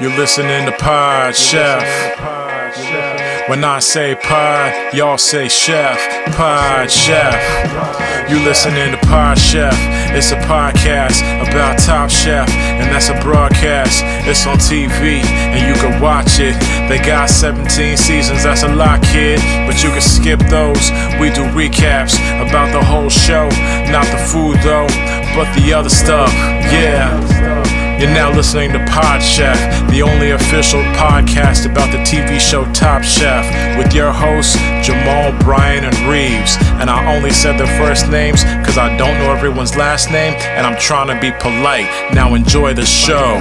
You're listening to Pod Chef. When I say pod, y'all say chef. Pod Chef. You listening to Pod Chef. It's a podcast about Top Chef, and that's a broadcast. It's on TV, and you can watch it. They got 17 seasons, that's a lot, kid. But you can skip those. We do recaps about the whole show. Not the food, though, but the other stuff. Yeah. You're now listening to Pod Chef, the only official podcast about the TV show Top Chef, with your hosts, Jamal, Bryan, and Reeves. And I only said their first names because I don't know everyone's last name, and I'm trying to be polite. Now enjoy the show.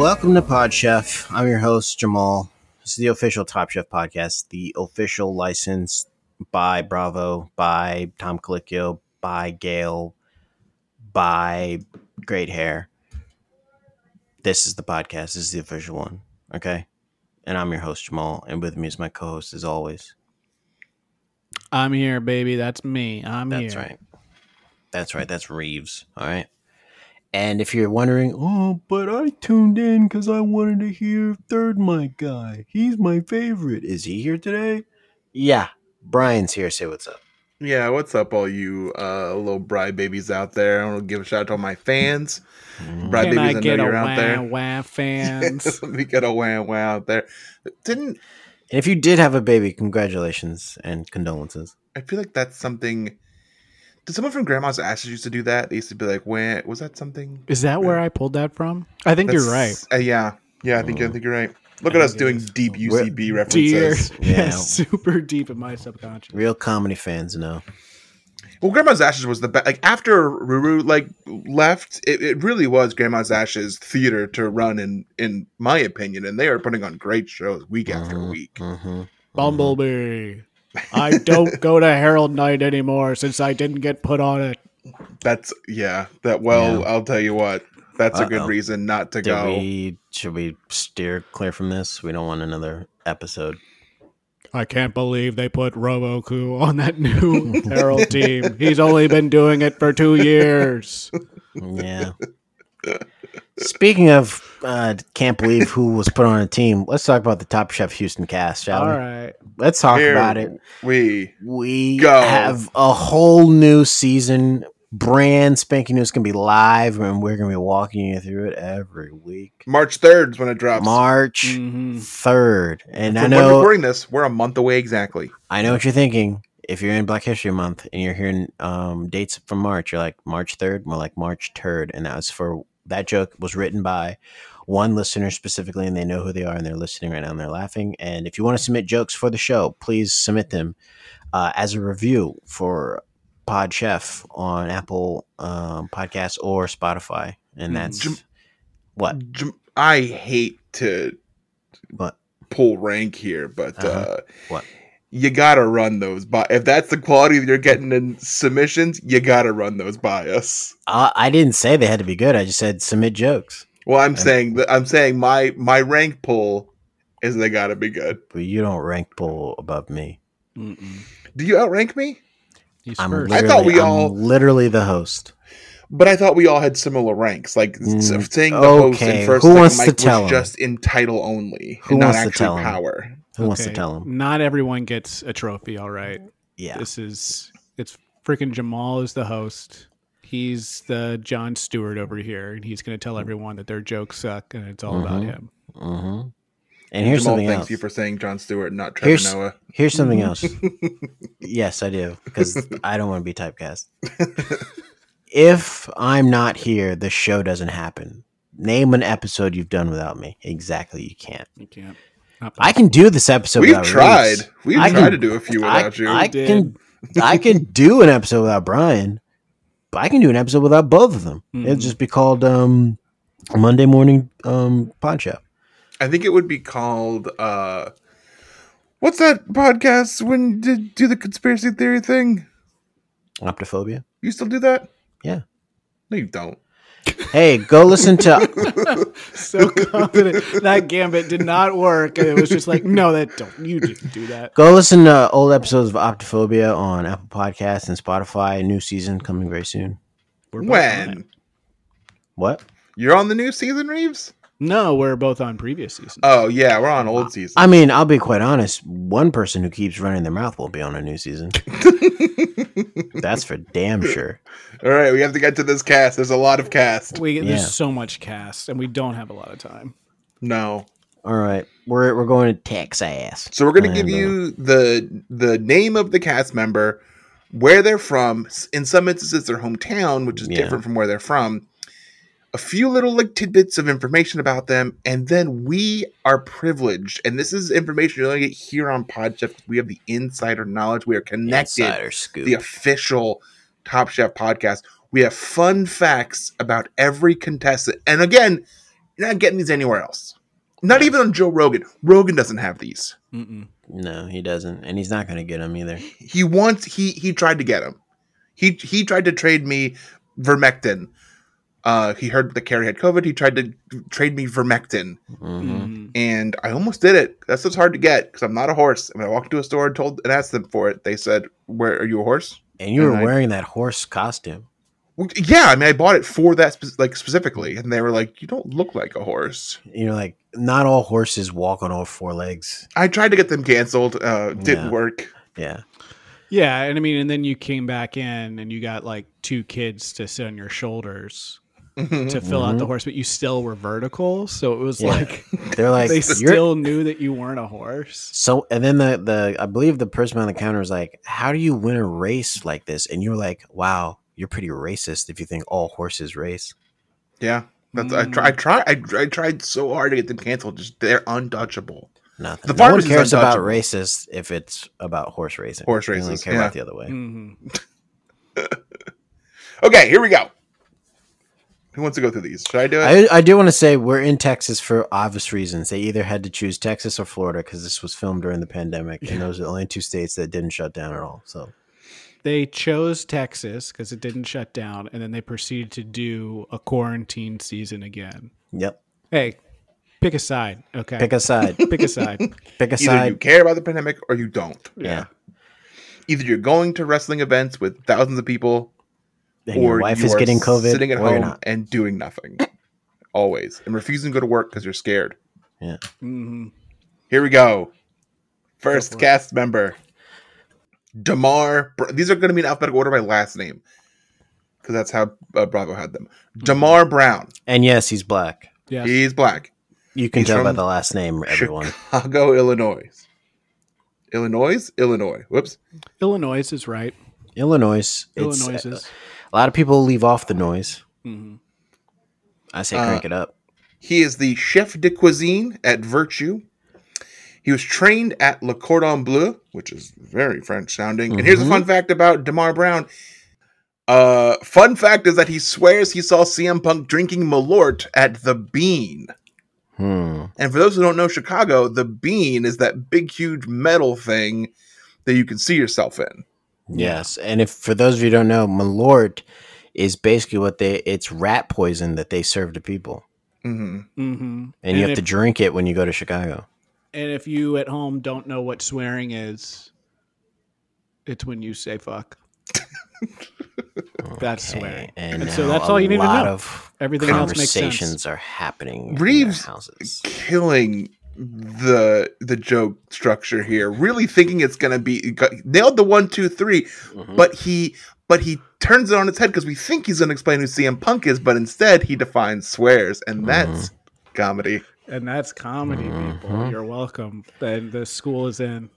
Welcome to Pod Chef. I'm your host, Jamal. This is the official Top Chef podcast, the official license by Bravo, by Tom Colicchio, by Gail, by Great Hair. This is the podcast. This is the official one. Okay. And I'm your host, Jamal. And with me is my co host, as always. I'm here, baby. That's me. I'm That's here. right. That's right. That's Reeves. All right. And if you're wondering, oh, but I tuned in because I wanted to hear Third Mike guy. He's my favorite. Is he here today? Yeah. Brian's here. Say what's up. Yeah, what's up, all you uh, little bride babies out there? I want to give a shout out to all my fans, bride Can I babies. I, get know a you're wow out there. wow fans? we got a wow wow out there. Didn't And if you did have a baby, congratulations and condolences. I feel like that's something? Did someone from Grandma's Ashes used to do that? They used to be like, "When was that something?" Is that where I pulled that from? I think you're right. That's- uh, yeah, yeah. I think Mm. I think you're right. Look at us doing deep UCB Dear, references. Yeah. yeah, super deep in my subconscious. Real comedy fans know. Well, Grandma's Ashes was the best. Like after Ruru like left, it, it really was Grandma's Ashes theater to run in in my opinion, and they are putting on great shows week after week. hmm Bumblebee. I don't go to Herald Night anymore since I didn't get put on it. That's yeah. That well, Yeah. I'll tell you what. That's a Uh-oh. good reason not to Did go. we, should we steer clear from this? We don't want another episode. I can't believe they put Roboku on that new Herald team. He's only been doing it for two years. Yeah. Speaking of, uh, can't believe who was put on a team. Let's talk about the Top Chef Houston cast, shall All we? right. Let's talk Here about it. We We Go. have a whole new season, brand spanking new. It's gonna be live, and we're gonna be walking you through it every week. March third is when it drops. March Mm. Mhm. third, and I From when know recording this, we're a month away exactly. I know what you're thinking. If you're in Black History Month and you're hearing um, dates from March, you're like March 3rd, more like March 3rd. And that was for that joke was written by one listener specifically, and they know who they are and they're listening right now and they're laughing. And if you want to submit jokes for the show, please submit them uh, as a review for Pod Chef on Apple um, Podcasts or Spotify. And that's Jim- what? J- I hate to What? pull rank here, but uh Uh-huh. What? You gotta run those by. If that's the quality that you're getting in submissions, you gotta run those by us. Uh, I didn't say they had to be good. I just said submit jokes. Well, I'm Okay. saying that I'm saying my my rank pull is they gotta be good. But you don't rank bull above me. Mm-mm. Do you outrank me? He's I'm first. literally, I thought we I'm all- literally the host. But I thought we all had similar ranks. Like s- Mm, saying the host okay. and first Who second wants to mic tell 'em? was just in title only, Who and not wants to actually tell 'em? power. Who wants to Okay, tell him? Not everyone gets a trophy, all right. Yeah. This is it's freaking Jamal is the host. He's the John Stewart over here, and he's going to tell everyone that their jokes suck, and it's all about Mhm. him. hmm And here's Jamal, something thanks else. you for saying John Stewart, and not Trevor Here's- Noah. Here's something else. yes, I do because I don't want to be typecast. if I'm not here, the show doesn't happen. Name an episode you've done without me. Exactly, you can't. You can't. Not I can do this episode. We've without tried. Reese. We've I tried can- to do a few I, without you. I did. can. I can do an episode without Brian, but I can do an episode without both of them. It'll Mhm. just be called um, Monday morning um, pod show. I think it would be called uh what's that podcast when you did do the conspiracy theory thing? Optophobia. You still do that? Yeah. No, you don't. Hey, go listen to. so confident that gambit did not work. and It was just like, no, that don't. You didn't do that. Go listen to old episodes of Optophobia on Apple Podcasts and Spotify. New season coming very soon. We're both on it. when? What? You're on the new season, Reeves? No, we're both on previous seasons. Oh yeah, we're on old season. I mean, I'll be quite honest. One person who keeps running their mouth won't be on a new season. That's for damn sure. All right, we have to get to this cast. There's a lot of cast. we yeah. there's so much cast, and we don't have a lot of time. No. All right, we're we're going to Texas. So we're gonna give And, uh, you the the name of the cast member, where they're from. s- In some instances, their hometown, which is Yeah. different from where they're from. A few little like tidbits of information about them, and then we are privileged. And this is information you're gonna get here on PodChef. We have the insider knowledge. We are connected insider scoop. the official Top Chef podcast. We have fun facts about every contestant. And again, you're not getting these anywhere else. Not even on Joe Rogan. Rogan doesn't have these. Mm-mm. no, he doesn't, and he's not going to get him either. He wants he he tried to get him. He he tried to trade me vermectin. Uh, he heard that Carrie had COVID. He tried to trade me vermectin, Hmm. Mhm. Mm. and I almost did it. That's what's hard to get because I'm not a horse. And when I walked to a store and told and asked them for it, they said, "Where are you a horse?" And you were And I- wearing that horse costume. Well, Yeah, I mean, I bought it for that spe- like specifically, and they were like, "You don't look like a horse." You're like, not all horses walk on all four legs. I tried to get them canceled, uh, didn't Yeah. work. Yeah, Yeah, and I mean, and then you came back in, and you got like two kids to sit on your shoulders Mhm. to fill out Mhm. the horse, but you still were vertical, so it was Yeah. like they're like, they you're still knew that you weren't a horse. so. And then the the I believe the person on the counter was like, "How do you win a race like this?" And you're like, "Wow, you're pretty racist if you think all horses race." yeah, that's I Mm. tried. I tried. I, I tried so hard to get them canceled. Just they're untouchable. Nothing. The no one farmer's is cares about untouchable. racists if it's about horse racing. Horse They only races, care yeah. about the other way. Mhm. Okay, here we go. Who wants to go through these? Should I do it? I, I do want to say we're in Texas for obvious reasons. They either had to choose Texas or Florida because this was filmed during the pandemic, and those are the only two states that didn't shut down at all. So They chose Texas because it didn't shut down, and then they proceeded to do a quarantine season again. Yep. Hey, pick a side, okay? Pick a side. pick a side. Pick a Either you side. care about the pandemic or you don't. Yeah. Either you're going to wrestling events with thousands of people, And your or wife you is are getting COVID. sitting at or you're home not. and doing nothing, always, and refusing to go to work because you're scared. hmm Here we go. Go First for it. cast member, Damar. Br- These are going to be in alphabetical order by last name, because that's how uh, Bravo had them. Damar Brown. And Mm-hmm. yes, he's black. Yeah. He's black. You can He's tell by from the last name, everyone. Chicago, Illinois. Illinois, Illinois. Whoops. Illinois is right. Illinois. It's, Illinois uh, is. a lot of people leave off the noise. Mhm. I say Uh, crank it up. He is the chef de cuisine at Virtue. He was trained at Le Cordon Bleu, which is very French sounding. And here's a Mhm. fun fact about Damar Brown. Uh, fun fact is that he swears he saw CM Punk drinking Malort at the Bean. Hmm. And for those who don't know Chicago, the bean is that big, huge metal thing that you can see yourself in. Yes, and if for those of you who don't know, Malort is basically what they it's rat poison that they serve to people, hmm hmm and, you And have to if- drink it when you go to Chicago. And if you at home don't know what swearing is, it's when you say fuck. That's swearing. And, And so now that's a all you need to lot know. Of Everything else makes sense. conversations are happening. Reeves- in their houses. Killing the the joke structure here. Really thinking it's gonna be got, nailed the one, two, three, Mhm. but he but he turns it on its head because we think he's gonna explain who CM Punk is, but instead he defines swears, and that's comedy. And that's comedy, people. Mhm. You're welcome. And the school is in.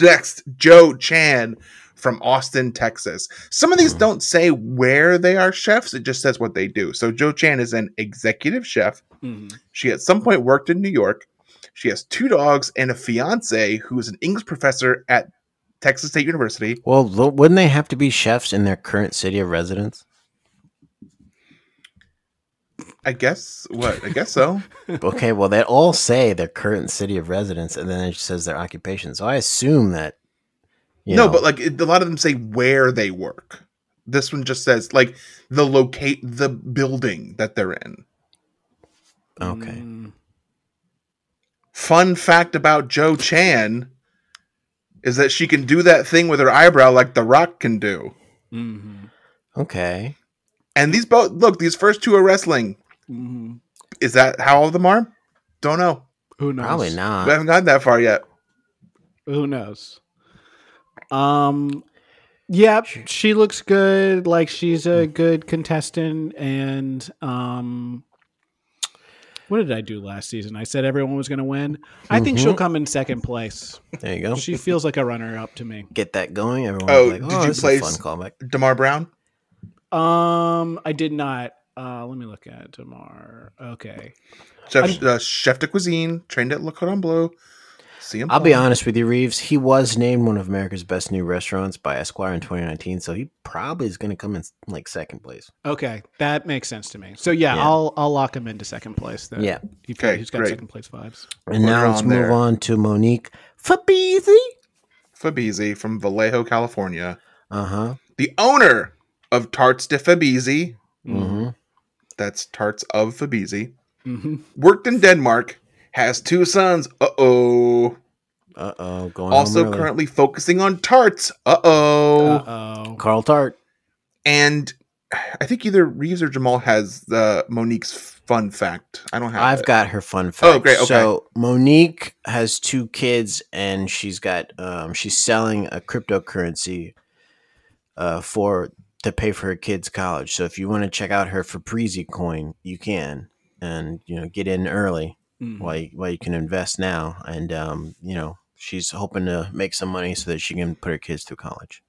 Next, Joe Chan from Austin, Texas. Some of these don't say where they are chefs, it just says what they do. So Joe Chan is an executive chef. Mhm. She at some point worked in New York. She has two dogs and a fiance who is an English professor at Texas State University. well, lo- wouldn't they have to be chefs in their current city of residence? I guess what? I guess so. okay, well, they all say their current city of residence, and then it just says their occupation. So I assume that. You no, know, but like it- a lot of them say where they work. This one just says like the locate the building that they're in. okay, Mm. Fun fact about Joe Chan is that she can do that thing with her eyebrow like The Rock can do. Mhm. okay. And these both look, these first two are wrestling. hmm Is that how all of them are? Don't know. Who knows? Probably we not. haven't gotten that far yet. Who knows? Um, yeah, she looks good. Like she's Hmm. a good contestant. And um, what did I do last season? I said everyone was going to win. I think Mm-hmm. she'll come in second place. There you go. She feels like a runner up to me. Get that going. Everyone. Oh, like, did oh, you this place- is a fun callback. Damar Brown. Um, I did not. Uh, let me look at tomorrow. Okay. Chef, uh, chef de cuisine, trained at Le Cordon Bleu. See him. I'll be honest with you, Reeves. He was named one of America's best new restaurants by Esquire in 2019, so he probably is going to come in like second place. Okay, that makes sense to me. So yeah, Yeah. I'll I'll lock him into second place. Then. Yeah. He, Okay, has got great. second place vibes. And We're now let's on move there. on to Monique Fabizi. Fabizi from Vallejo, California. Uh huh. The owner of Tarts de Fabizi. hmm That's Tarts of Fabizi. Mm-hmm. Worked in Denmark. Has two sons. Uh oh. Uh oh. Going Also home early. currently focusing on tarts. Uh oh. Oh, Carl Tart. And I think either Reeves or Jamal has uh, Monique's fun fact. I don't have. I've it. got her fun fact. Oh, great, okay. So Monique has two kids, and she's got um, she's selling a cryptocurrency uh, for to pay for her kids' college. So if you want to check out her Fabrizi coin, you can, and you know get in early Mm-hmm. while you, while you can invest now, and um, you know she's hoping to make some money so that she can put her kids through college.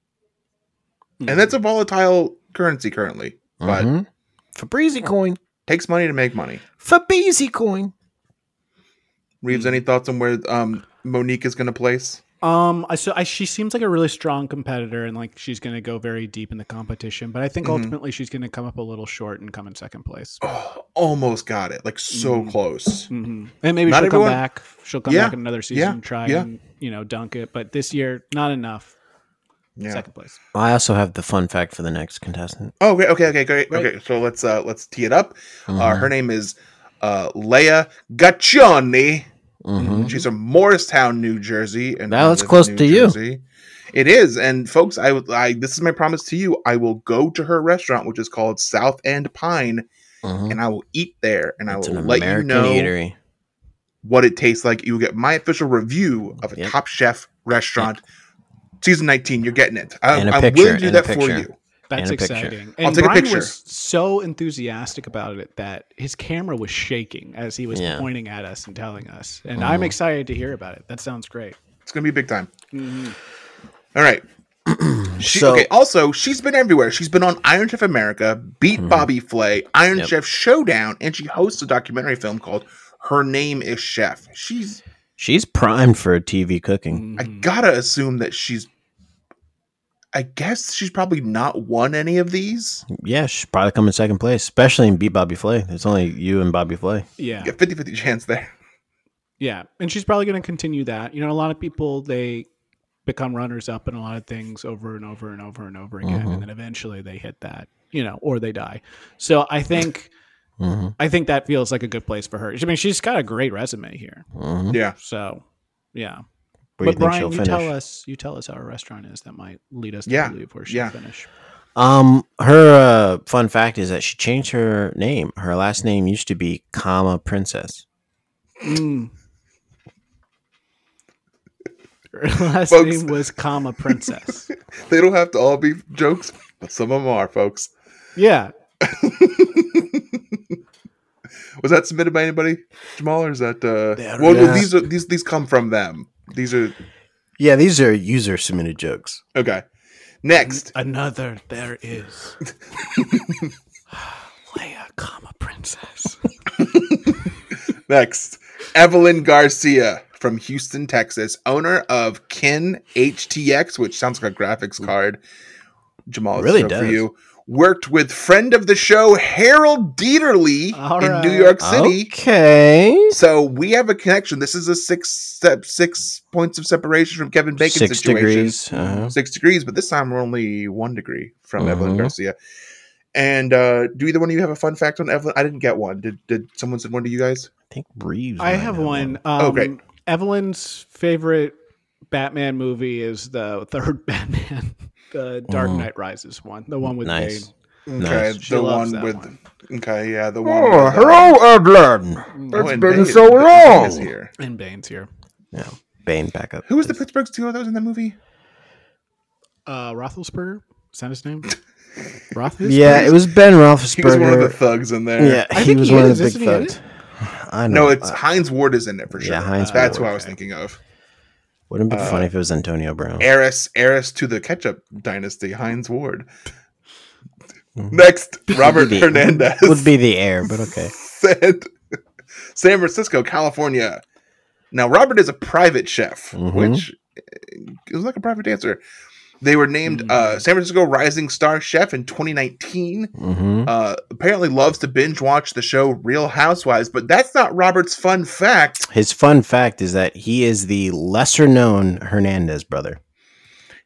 Mm-hmm. And that's a volatile currency currently, but Mhm. Fabrizi coin, takes money to make money. Fabrizi coin. Reeves, any thoughts on where um, Monique is going to place? um. I, so I, she seems like a really strong competitor, and like she's going to go very deep in the competition. But I think Mhm. ultimately she's going to come up a little short and come in second place. Oh, almost got it. Like so Mm. close. hmm And maybe Not she'll everyone- come back. She'll come Yeah, back in another season, yeah, and try yeah. and you know dunk it. But this year, not enough. Yeah. Second place. I also have the fun fact for the next contestant. Oh, okay, okay, okay, great. Right. Mm-hmm. Okay, so let's uh let's tee it up. Uh, Mhm. her name is uh Leia Gaccioni. Mhm. She's from Morristown, New Jersey. And Now I it's live in close New to you. Jersey. It is, and folks, I, I this is my promise to you. I will go to her restaurant, which is called South End Pine, Mhm. and I will eat there, and it's I will an let American you know eatery. what it tastes like. You will get my official review of a Yep. Top Chef restaurant, season nineteen. You're getting it. I, And a I'm picture, willing to do and a that for picture. you. That's a picture. exciting. I'll take a Brian picture. was so enthusiastic about it that his camera was shaking as he was Yeah. pointing at us and telling us. And Mm-hmm. I'm excited to hear about it. That sounds great. It's gonna be big time. Mhm. All right. She, So- okay. uh, Also, she's been everywhere. She's been on Iron Chef America, beat Bobby Flay, Iron Mm-hmm. Yep. Chef Showdown, and she hosts a documentary film called "Her Name Is Chef." She's. She's primed for TV cooking. I Mhm. gotta assume that she's. I guess she's probably not won any of these. Yeah, she's probably come in second place, especially in Beat Bobby Flay. It's only you and Bobby Flay. yeah. You got 50 50 chance there. Yeah. And she's probably going to continue that. You know, a lot of people, they become runners up in a lot of things over and over and over and over Mhm. again. Mm-hmm. And then eventually they hit that, you know, or they die. So I think. Mhm. I think that feels like a good place for her. I mean, she's got a great resume here. Mhm. Yeah. So, yeah. Where do you but think Brian, she'll you finish? tell us. You tell us how our restaurant is. That might lead us to Yeah, believe where she'll yeah. finish. Um, her uh, fun fact is that she changed her name. Her last name used to be Kama Princess. Mm. Her last Folks. name was comma princess. They don't have to all be jokes, but some of them are, folks. Yeah, Was that submitted by anybody, Jamal, or is that? Uh, They are- well, no, yeah. these are these these come from them. These are Yeah, these are user submitted jokes. okay. Next, another there is. Leia, comma princess. Next, Evelyn Garcia from Houston, Texas, owner of Kin HTX, which sounds like a graphics card. Jamal, Really really does. for does. you. Worked with friend of the show Harold Dieterle All in right. New York City. Okay. So we have a connection. This is a six step, six points of separation from Kevin Bacon's Six situation. degrees. Uh-huh. Six degrees, but this time we're only one degree from Evelyn Mhm. Garcia. And uh, do either one of you have a fun fact on Evelyn? I didn't get one. Did did someone send one to you guys? I think Reeves. I might have one. Um, Oh, great. Evelyn's favorite Batman movie is the third Batman, the Dark Mhm. Knight Rises one, the one with Nice. Bane. Okay, Nice. She the loves one that with. one. Okay, yeah, the one. Oh, with, uh, hello, Edlin. oh, It's and been Bane- so Bane is long. Here. And Bane's here. Yeah. Bane back up. Who was the Pittsburgh Steelers that was in that movie? Uh, Roethlisberger. Is that his name? Roethlisberger. Yeah, it was Ben He was one of the Roethlisberger. thugs in there. Yeah, I he think was he one is, of the isn't big he in thugs. I know. No, it's uh, Heinz Ward is in it for sure. yeah, Heinz That's Ward. what I was thinking of. Wouldn't it be uh, funny if it was Antonio Brown? Heiress, heiress to the ketchup dynasty, Heinz Ward. Mm. Next, Robert Would be- Hernandez. Would be the heir, but okay. said San Francisco, California. Now Robert is a private chef, Mhm. which it was like a private dancer. They were named uh, San Francisco Rising Star Chef in 2019. Mm-hmm. Uh, apparently loves to binge watch the show Real Housewives, but that's not Robert's fun fact. His fun fact is that he is the lesser known Hernandez brother.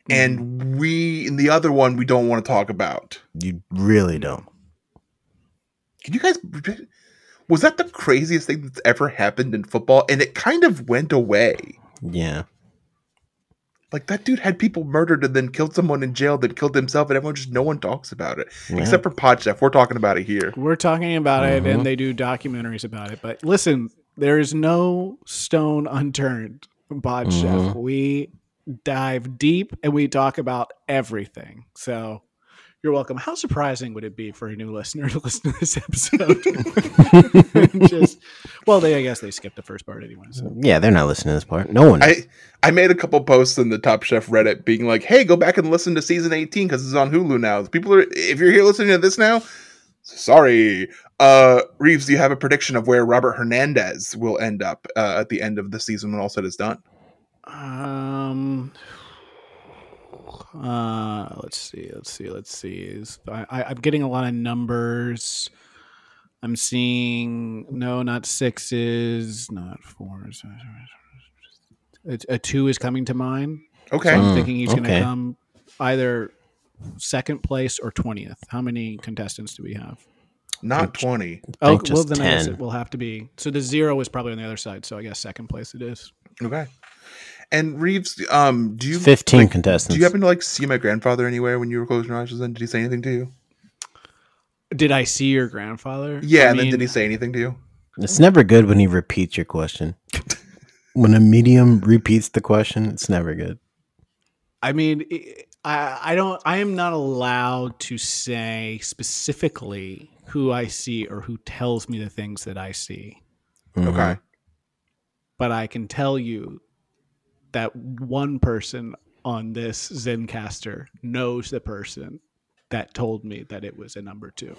And we, in the other one, we don't want to talk about. You really don't. Can you guys? Was that the craziest thing that's ever happened in football? And it kind of went away. Yeah. Like that dude had people murdered and then killed someone in jail, then killed himself, and everyone just no one talks about it Yeah. except for Podchef. We're talking about it here. We're talking about it, Mhm. and they do documentaries about it. But listen, there is no stone unturned, Bod Chef. Mhm. We dive deep and we talk about everything. So you're welcome. How surprising would it be for a new listener to listen to this episode? Just well, they I guess they skipped the first part anyway. So Yeah, they're not listening to this part. No one. I I made a couple posts in the Top Chef Reddit being like, "Hey, go back and listen to season 18 because it's on Hulu now." People are if you're here listening to this now, sorry. Uh Reeves, do you have a prediction of where Robert Hernandez will end up uh, at the end of the season when all said is done? Um. Uh, let's see. Let's see. Let's see. Is I, I, I'm getting a lot of numbers. I'm seeing no, not sixes, not fours. A, a two is coming to mind. Okay. I'm Mm, thinking he's going okay. to come either second place or twentieth. How many contestants do we have? Not 20. I Oh, think well, just then I guess 10. it will have to be. So the zero is probably on the other side. So I guess second place it is. Okay. And Reeves, um, do you 15 like, contestants. Do you happen to like see my grandfather anywhere when you were closing your eyes? Then did he say anything to you? Did I see your grandfather? Yeah, I and then mean- did he say anything to you? it's never good when he repeats your question. when a medium repeats the question, it's never good. I mean, i- I I don't. I am not allowed to say specifically who I see or who tells me the things that I see, Mm-hmm. Mhm. Okay. but I can tell you that one person on this ZenCaster knows the person that told me that it was a number two.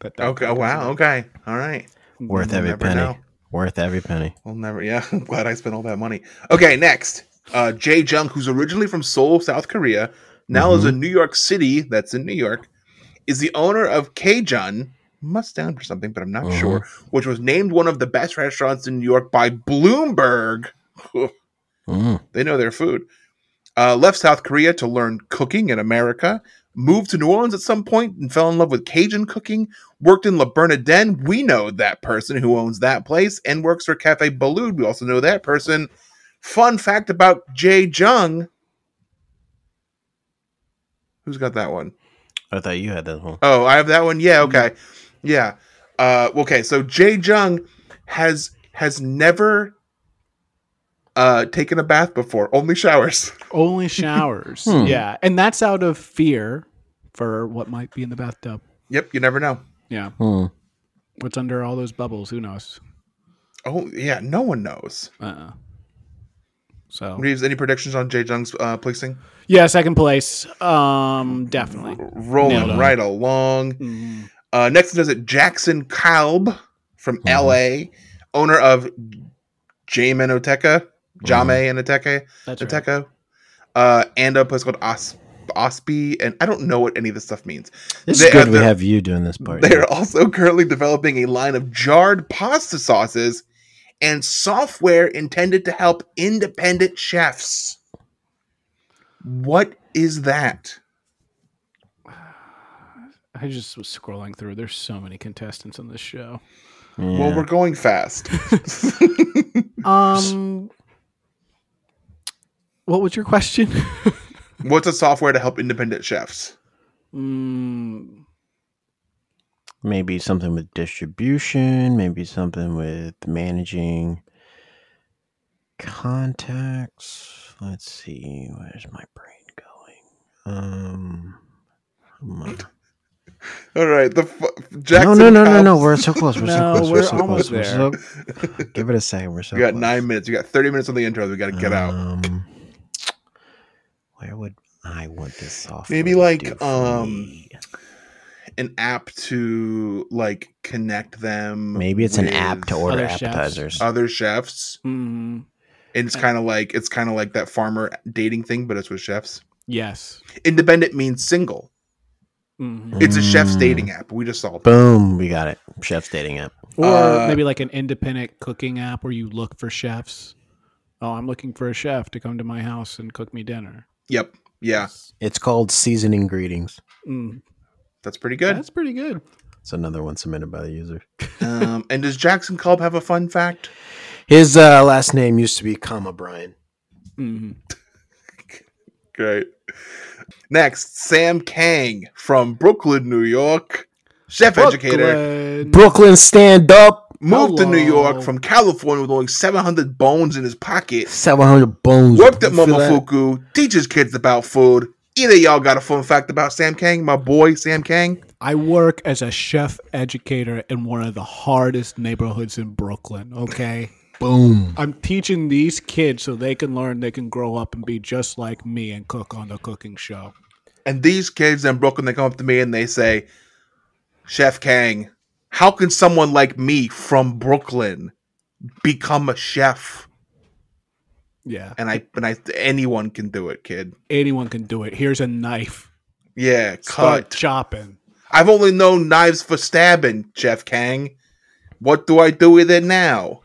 That that Okay. Wow. Okay. All right. Worth We'll every never penny. know. Worth every penny. We'll never. Yeah. I'm glad I spent all that money. Okay. Next, uh, Jay Jung, who's originally from Seoul, South Korea, now Mm-hmm. is in New York City. That's in New York. Is the owner of Kajun. Must stand for something, but I'm not Mhm. sure. Mm-hmm. Which was named one of the best restaurants in New York by Bloomberg. Mm. They know their food. Uh, left South Korea to learn cooking in America. Moved to New Orleans at some point and fell in love with Cajun cooking. Worked in La Bernardin. We know that person who owns that place and works for Cafe Balud. We also know that person. Fun fact about Jay Jung. Who's got that one? I thought you had that one. Oh, I have that one. Yeah, okay. Yeah. Uh okay, so Jay Jung has has never uh taken a bath before, only showers. Only showers. Hmm. Yeah, and that's out of fear for what might be in the bathtub. Yep, you never know. Yeah, Mm. what's under all those bubbles? Who knows? Oh, yeah, no one knows. Uh-uh. So Reeves, any predictions on Jay Jung's uh placing? yeah, second place. Um, definitely. Nailed Rolling it. right along. Mm. Uh next does it Jackson Kalb from LA, owner of Jame Enoteca, Jame Enoteca. Mm-hmm. That's right. Ateco, uh, and a place called Os- Osby, and I don't know what any of this stuff means. This They- is good we uh, they're- have you doing this part. They are also currently developing a line of jarred pasta sauces and software intended to help independent chefs. What is that? I just was scrolling through. There's so many contestants on this show. Yeah. Well, we're going fast. Um, what was your question? What's a software to help independent chefs? mm, maybe something with distribution, maybe something with managing contacts. Let's see, where's my brain going? Um, come on. All right, the f- Jackson. no, no, no, no, no. House- We're so close. We're No, so close. we're so almost close. there. We're so, give it a second. We're so. You got close. nine minutes. You got thirty minutes on the intro. We got to get out. Um, where would I want this software? Maybe to like, do for um, me? An app to like connect them. Maybe it's an app with to order Other chefs. appetizers. other chefs. Mm, And it's kind of like it's kind of like that farmer dating thing, but it's with chefs. yes. Independent means single. Mhm. It's a chef's Mm. dating app. We just saw that. Boom, we got it. Chef's dating app. Or Uh, maybe like an independent cooking app where you look for chefs. Oh, I'm looking for a chef to come to my house and cook me dinner. Yep. Yeah, It's called Seasoning Greetings. Mm, that's pretty good. that's pretty good. It's another one submitted by the user. um, and does Jackson Culp have a fun fact? His uh, last name used to be comma Brian. Mhm. Great. Next, Sam Kang from Brooklyn, New York. Chef educator Brooklyn. Brooklyn stand up. moved to New York Hello. from California with only 700 bones in his pocket. 700 bones. Worked at You feel that? Momofuku, teaches kids about food. Either y'all got a fun fact about Sam Kang, my boy Sam Kang? I work as a chef educator in one of the hardest neighborhoods in Brooklyn. Okay. Boom. I'm teaching these kids so they can learn, they can grow up and be just like me and cook on the cooking show. And these kids in Brooklyn, they come up to me and they say, Chef Kang, how can someone like me from Brooklyn become a chef? Yeah. And I and I anyone can do it, kid. Anyone can do it. Here's a knife. Yeah, Start cut. chopping. I've only known knives for stabbing, Jeff Kang. What do I do with it now?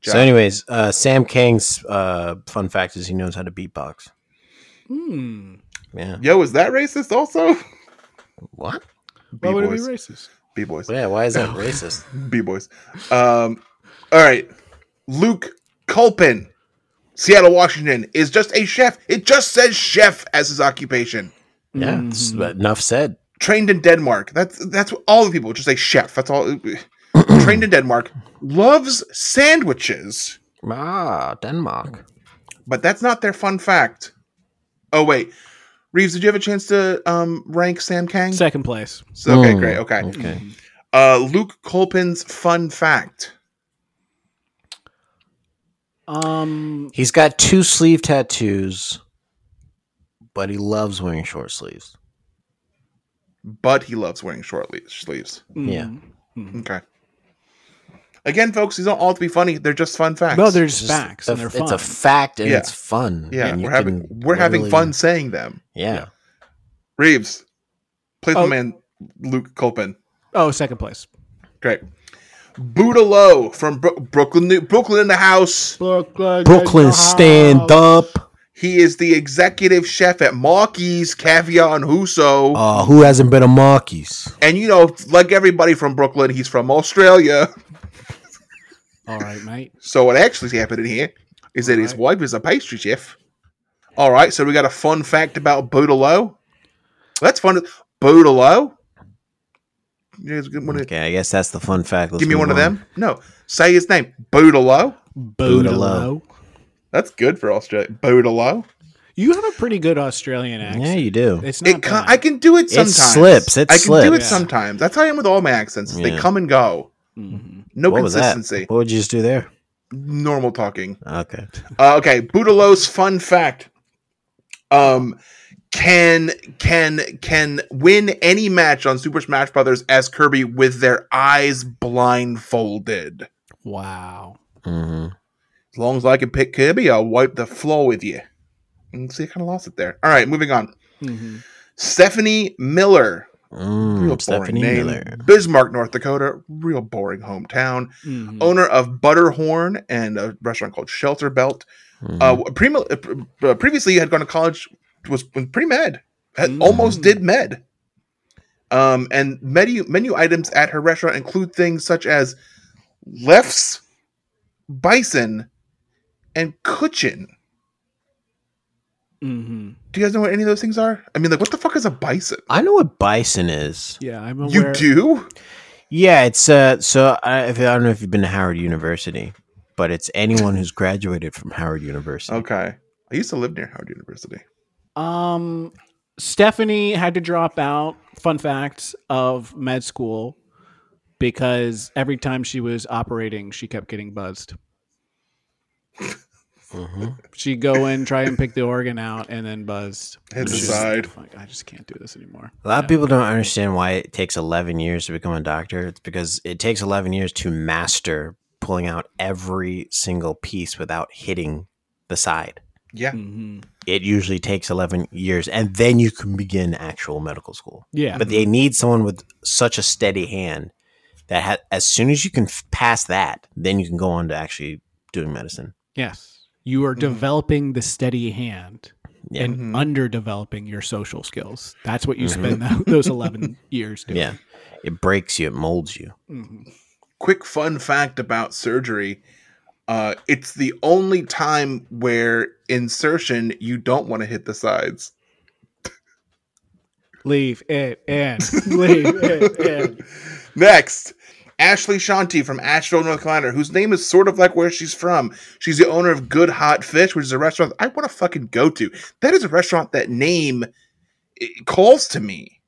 So, anyways, uh, Sam Kang's uh, fun fact is he knows how to beatbox. Hmm. Yeah. Yo, is that racist also? What? Why would it be B-boys. racist? B boys. Yeah, why is that racist? B boys. Um, all right. Luke Culpin, Seattle, Washington, is just a chef. It just says chef as his occupation. Yeah, Mhm. it's- enough said. Trained in Denmark. That's that's what all the people just say chef. That's all. Trained in Denmark. Loves sandwiches. Ah, Denmark. but that's not their fun fact. Oh wait, Reeves, did you have a chance to um, rank Sam Kang? Second place. So- okay, Mm. great. Okay, Okay. uh, Luke Colpin's fun fact. Um, He's got two sleeve tattoos, but he loves wearing short sleeves. But he loves wearing short le- sleeves. Yeah. mm-hmm. Okay. Again, folks, these don't all have to be funny. They're just fun facts. No, they're just It's just facts a- and they're fun. It's a fact and Yeah. it's fun. yeah. and you We're having can we're having literally- fun saying them. Yeah. Reeves, place my Oh. man Luke Colpin. oh, second place. Great. Buddha Low from Bro- Brooklyn, New- Brooklyn in the house. Brooklyn, Brooklyn stand up. He is the executive chef at Marquis Caviar and Huso. Uh, who hasn't been a Marquis? And you know, like everybody from Brooklyn, he's from Australia. All right, mate. So what actually happened in here is that his wife is a pastry chef. All right, so we got a fun fact about Boudalo. That's fun. Boudalo. You guys wanna Okay, I guess that's the fun fact. Let's give me move one of on. them? No. Say his name. Boudalo. Boodalo. That's good for Australia. Boudalo. You have a pretty good Australian accent. Yeah, you do. It's not It can, bad. I can do it sometimes. slips, it I can do it slips. sometimes. That's how I am with all my accents. They Yeah. come and go. Mhm. No what was that? consistency. What would you just do there? Normal talking. Okay. Uh, okay, Boudalo's fun fact. Um, can can can win any match on Super Smash Brothers as Kirby with their eyes blindfolded. Wow. hmm As long as I can pick Kirby, I'll wipe the floor with you. And see, I kind of lost it there. All right, moving on. Mhm. Stephanie Miller, real Mm, boring Stephanie name. Miller. Bismarck, North Dakota, real boring hometown. Mhm. Hmm. Owner of Butterhorn and a restaurant called Shelter Belt. Mm-hmm. Uh, pre- uh, pre- uh, previously had gone to college, was was pre med, had Mm. almost did med. Um, and menu menu items at her restaurant include things such as lefts, bison, and kitchen. hmm Do you guys know what any of those things are? I mean, like, what the fuck is a bison? I know what bison is. Yeah, I'm you aware. do? Yeah, it's uh. So I, if, I don't know if you've been to Howard University, but it's anyone who's graduated from Howard University. Okay. I used to live near Howard University. Um, Stephanie had to drop out. Fun fact of med school because every time she was operating, she kept getting buzzed. Uh-huh. Mhm. She'd go in, try and pick the organ out, and then buzzed. Hit the She's side. just Like, I just can't do this anymore. A lot of people don't understand why it takes 11 years to become a doctor. It's because it takes 11 years to master pulling out every single piece without hitting the side. Yeah. hmm It usually takes 11 years and then you can begin actual medical school. Yeah, But they need someone with such a steady hand that ha- as soon as you can f- pass that, then you can go on to actually doing medicine. yes, you are Mhm. developing the steady hand Mm-hmm. Yeah. and Mhm. underdeveloping your social skills. That's what you Mhm. spend tho- those eleven years doing. Yeah. It breaks you, it molds you. Mhm. Quick fun fact about surgery. Uh, it's the only time where insertion you don't want to hit the sides. Leave it in. Leave it in. Next, Ashley Shanti from Asheville, North Carolina, whose name is sort of like where she's from. She's the owner of Good Hot Fish, which is a restaurant I want to fucking go to. That is a restaurant that name it calls to me.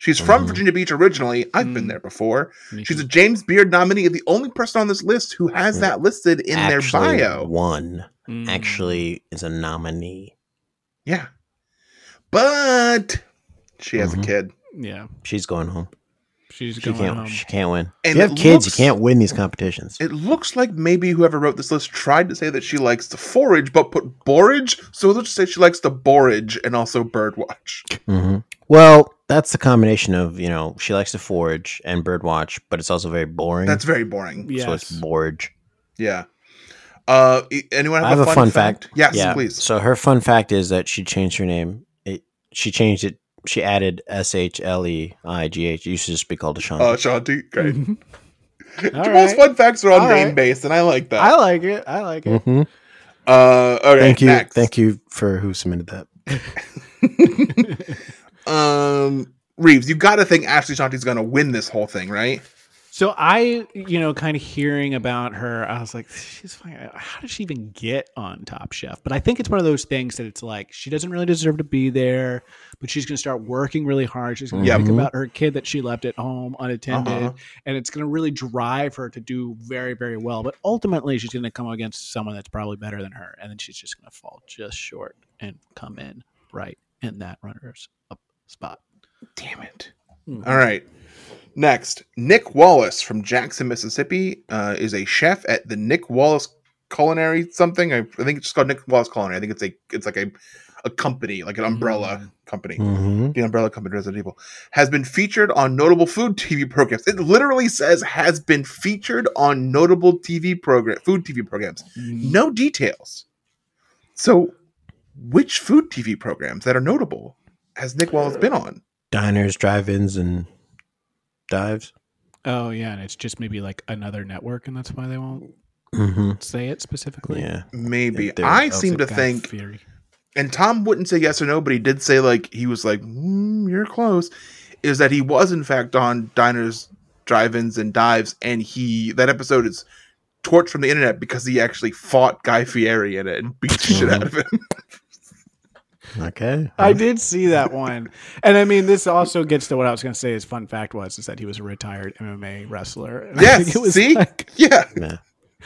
She's from Mhm. Virginia Beach originally. I've been Mm. Mm-hmm. there before. Me She's a too. James Beard nominee, and the only person on this list who has that listed in Actually, their bio. One Mm. actually is a nominee. Yeah. But she has Mhm. a kid. Mm-hmm. yeah, She's going home. she's She going can't. home. She can't win. And if you have it kids, looks- you can't win these competitions. It looks like maybe whoever wrote this list tried to say that she likes to forage, but put borage. So let's just say she likes to borage and also birdwatch. Mhm. Well, that's the combination of you know she likes to forage and birdwatch, but it's also very boring. That's very boring. yes. so it's borage. Yeah. Uh, e- anyone have, I have a fun, fact? Yes, yeah. please. So her fun fact is that she changed her name. It, she changed it. She added S H L E I G H. It used to just be called Uh, Ashanti. Shanti, great. Mhm. All Jamal's right. fun facts are all, All right. name based, and I like that. I like it. I like it. Mhm. uh, all right, Thank you. Next. Thank you for who submitted that. Um, Reeves, you got to think Ashley Shanti's going to win this whole thing, right? So I, you know, kind of hearing about her, I was like, she's fine. Uh, How did she even get on Top Chef? But I think it's one of those things that it's like she doesn't really deserve to be there, but she's going to start working really hard. She's going to Yeah. think about her kid that she left at home unattended, Uh-huh. and it's going to really drive her to do very, very well. But ultimately, she's going to come against someone that's probably better than her, and then she's just going to fall just short and come in right in that runner's up spot. Damn it. Mhm. All right. Next, Nick Wallace from Jackson, Mississippi, uh, is a chef at the Nick Wallace Culinary something. I, I think it's just called Nick Wallace Culinary. I think it's a it's like a a company, like an umbrella company. Mhm. The umbrella company Resident Evil has been featured on notable food TV programs. It literally says has been featured on notable TV program food TV programs. No details. So, which food TV programs that are notable has Nick Wallace been on? Diners, drive-ins, and dives. Oh yeah, and it's just maybe like another network, and that's why they won't hmm say it specifically. Yeah. Maybe If there- I oh, seem to Guy think Fieri. and Tom wouldn't say yes or no, but he did say like he was like, mm, "You're close," is that he was in fact on diners, drive-ins, and dives, and he that episode is torched from the internet because he actually fought Guy Fieri in it and beat the shit out of him. Okay. I did see that one, and I mean, this also gets to what I was going to say. His fun fact was is that he was a retired MMA wrestler. And I Yes, think it was see? like yeah, Yeah.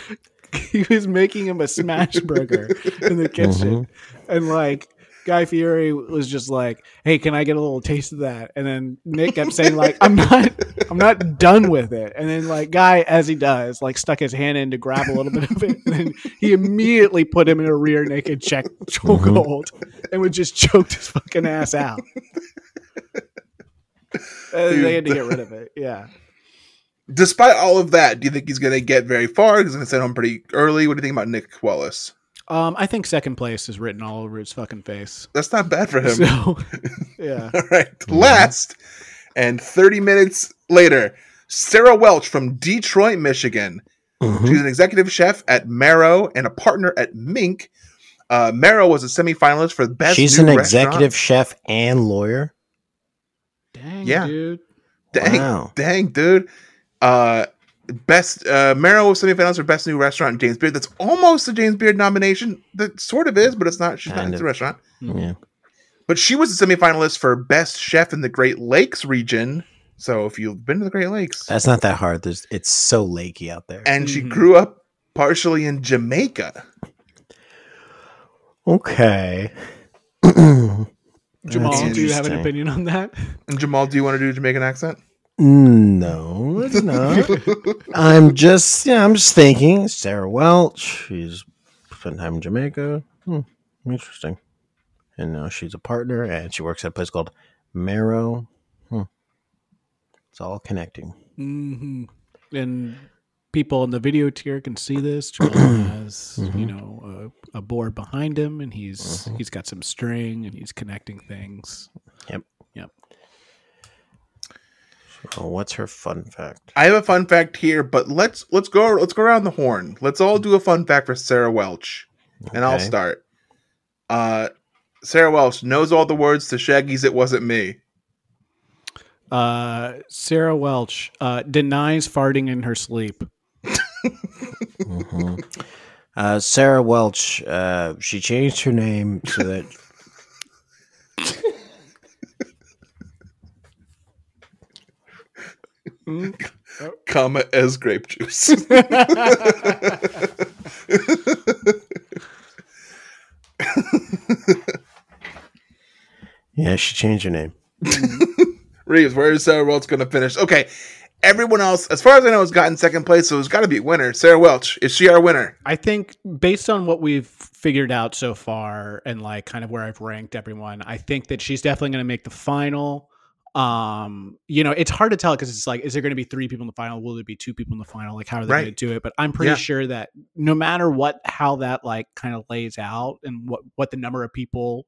he was making him a smash burger in the kitchen, and like. Guy Fieri was just like, "Hey, can I get a little taste of that?" And then Nick kept saying, "Like, I'm not, I'm not done with it." And then, like, Guy, as he does, like, stuck his hand in to grab a little bit of it, and then he immediately put him in a rear naked check chokehold and would just choked his fucking ass out. And they had to get rid of it. Yeah. Despite all of that, do you think he's going to get very far? He's going to send home pretty early. What do you think about Nick Wallace? Um, I think second place is written all over his fucking face. That's not bad for him. So, yeah. All right. Mm-hmm. Last and 30 minutes later, Sarah Welch from Detroit, Michigan. Mhm. Mm-hmm. She's an executive chef at Marrow and a partner at Mink. Uh, Meryl was a semifinalist for the best. She's new an restaurant. executive chef and lawyer. Dang, Yeah. dude. Dang, Wow. dang, dude. Uh, best uh, Meryl was semifinalist for best new restaurant. James Beard. That's almost a James Beard nomination. That sort of is, but it's not. She's not. Kind It's a of. restaurant. Yeah. But she was a semifinalist for best chef in the Great Lakes region. So if you've been to the Great Lakes, That's not that hard. There's it's so lakey out there. Mm-hmm. and she Mhm. grew up partially in Jamaica. Okay. Jamal, That's do you have an interesting. opinion on that? And Jamal, do you want to do a Jamaican accent? No, it's not. I'm just yeah, I'm just thinking. Sarah Welch, she's spent time in Jamaica. Hmm, interesting. And now she's a partner and she works at a place called Marrow. Hmm. It's all connecting. hmm And people in the video tier can see this. Jamal has, Mm-hmm. you know, a, a board behind him, and he's he's got some string, and he's connecting things. Yep. Yep. So Oh, what's her fun fact? I have a fun fact here, but let's let's go let's go around the horn. Let's all do a fun fact for Sarah Welch, and I'll Okay. start. Uh, Sarah Welch knows all the words to Shaggy's "It Wasn't Me." Uh, Sarah Welch uh, denies farting in her sleep. Mhm. Uh, Sarah Welch, uh, she changed her name so that Comma as grape juice. yeah, she changed her name. Reeves, where is Sarah Welch going to finish? Okay, everyone else, as far as I know, has gotten second place, so it's got to be a winner. Sarah Welch is she our winner? I think based on what we've figured out so far and like kind of where I've ranked everyone, I think that she's definitely going to make the final. Um, you know, it's hard to tell because it's like, is there going to be three people in the final? Will there be two people in the final? Like, how are they going Right. to do it? But I'm pretty Yeah. sure that no matter what, how that like kind of lays out and what what the number of people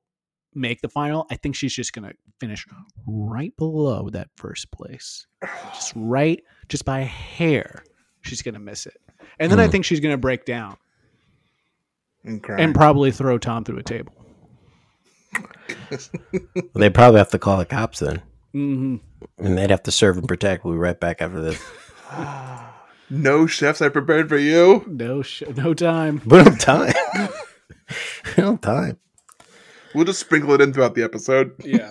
make the final, I think she's just going to finish right below that first place, just right, just by a hair. She's going to miss it, and then I Hmm. think she's going to break down Incredible. and probably throw Tom through a table. They probably have to call the cops then. Mm-hmm. And they'd have to serve and protect. We'll be right back after this. no chefs, I prepared for you. No, sh- no time. But I'm time. I'm time. We'll just sprinkle it in throughout the episode. Yeah.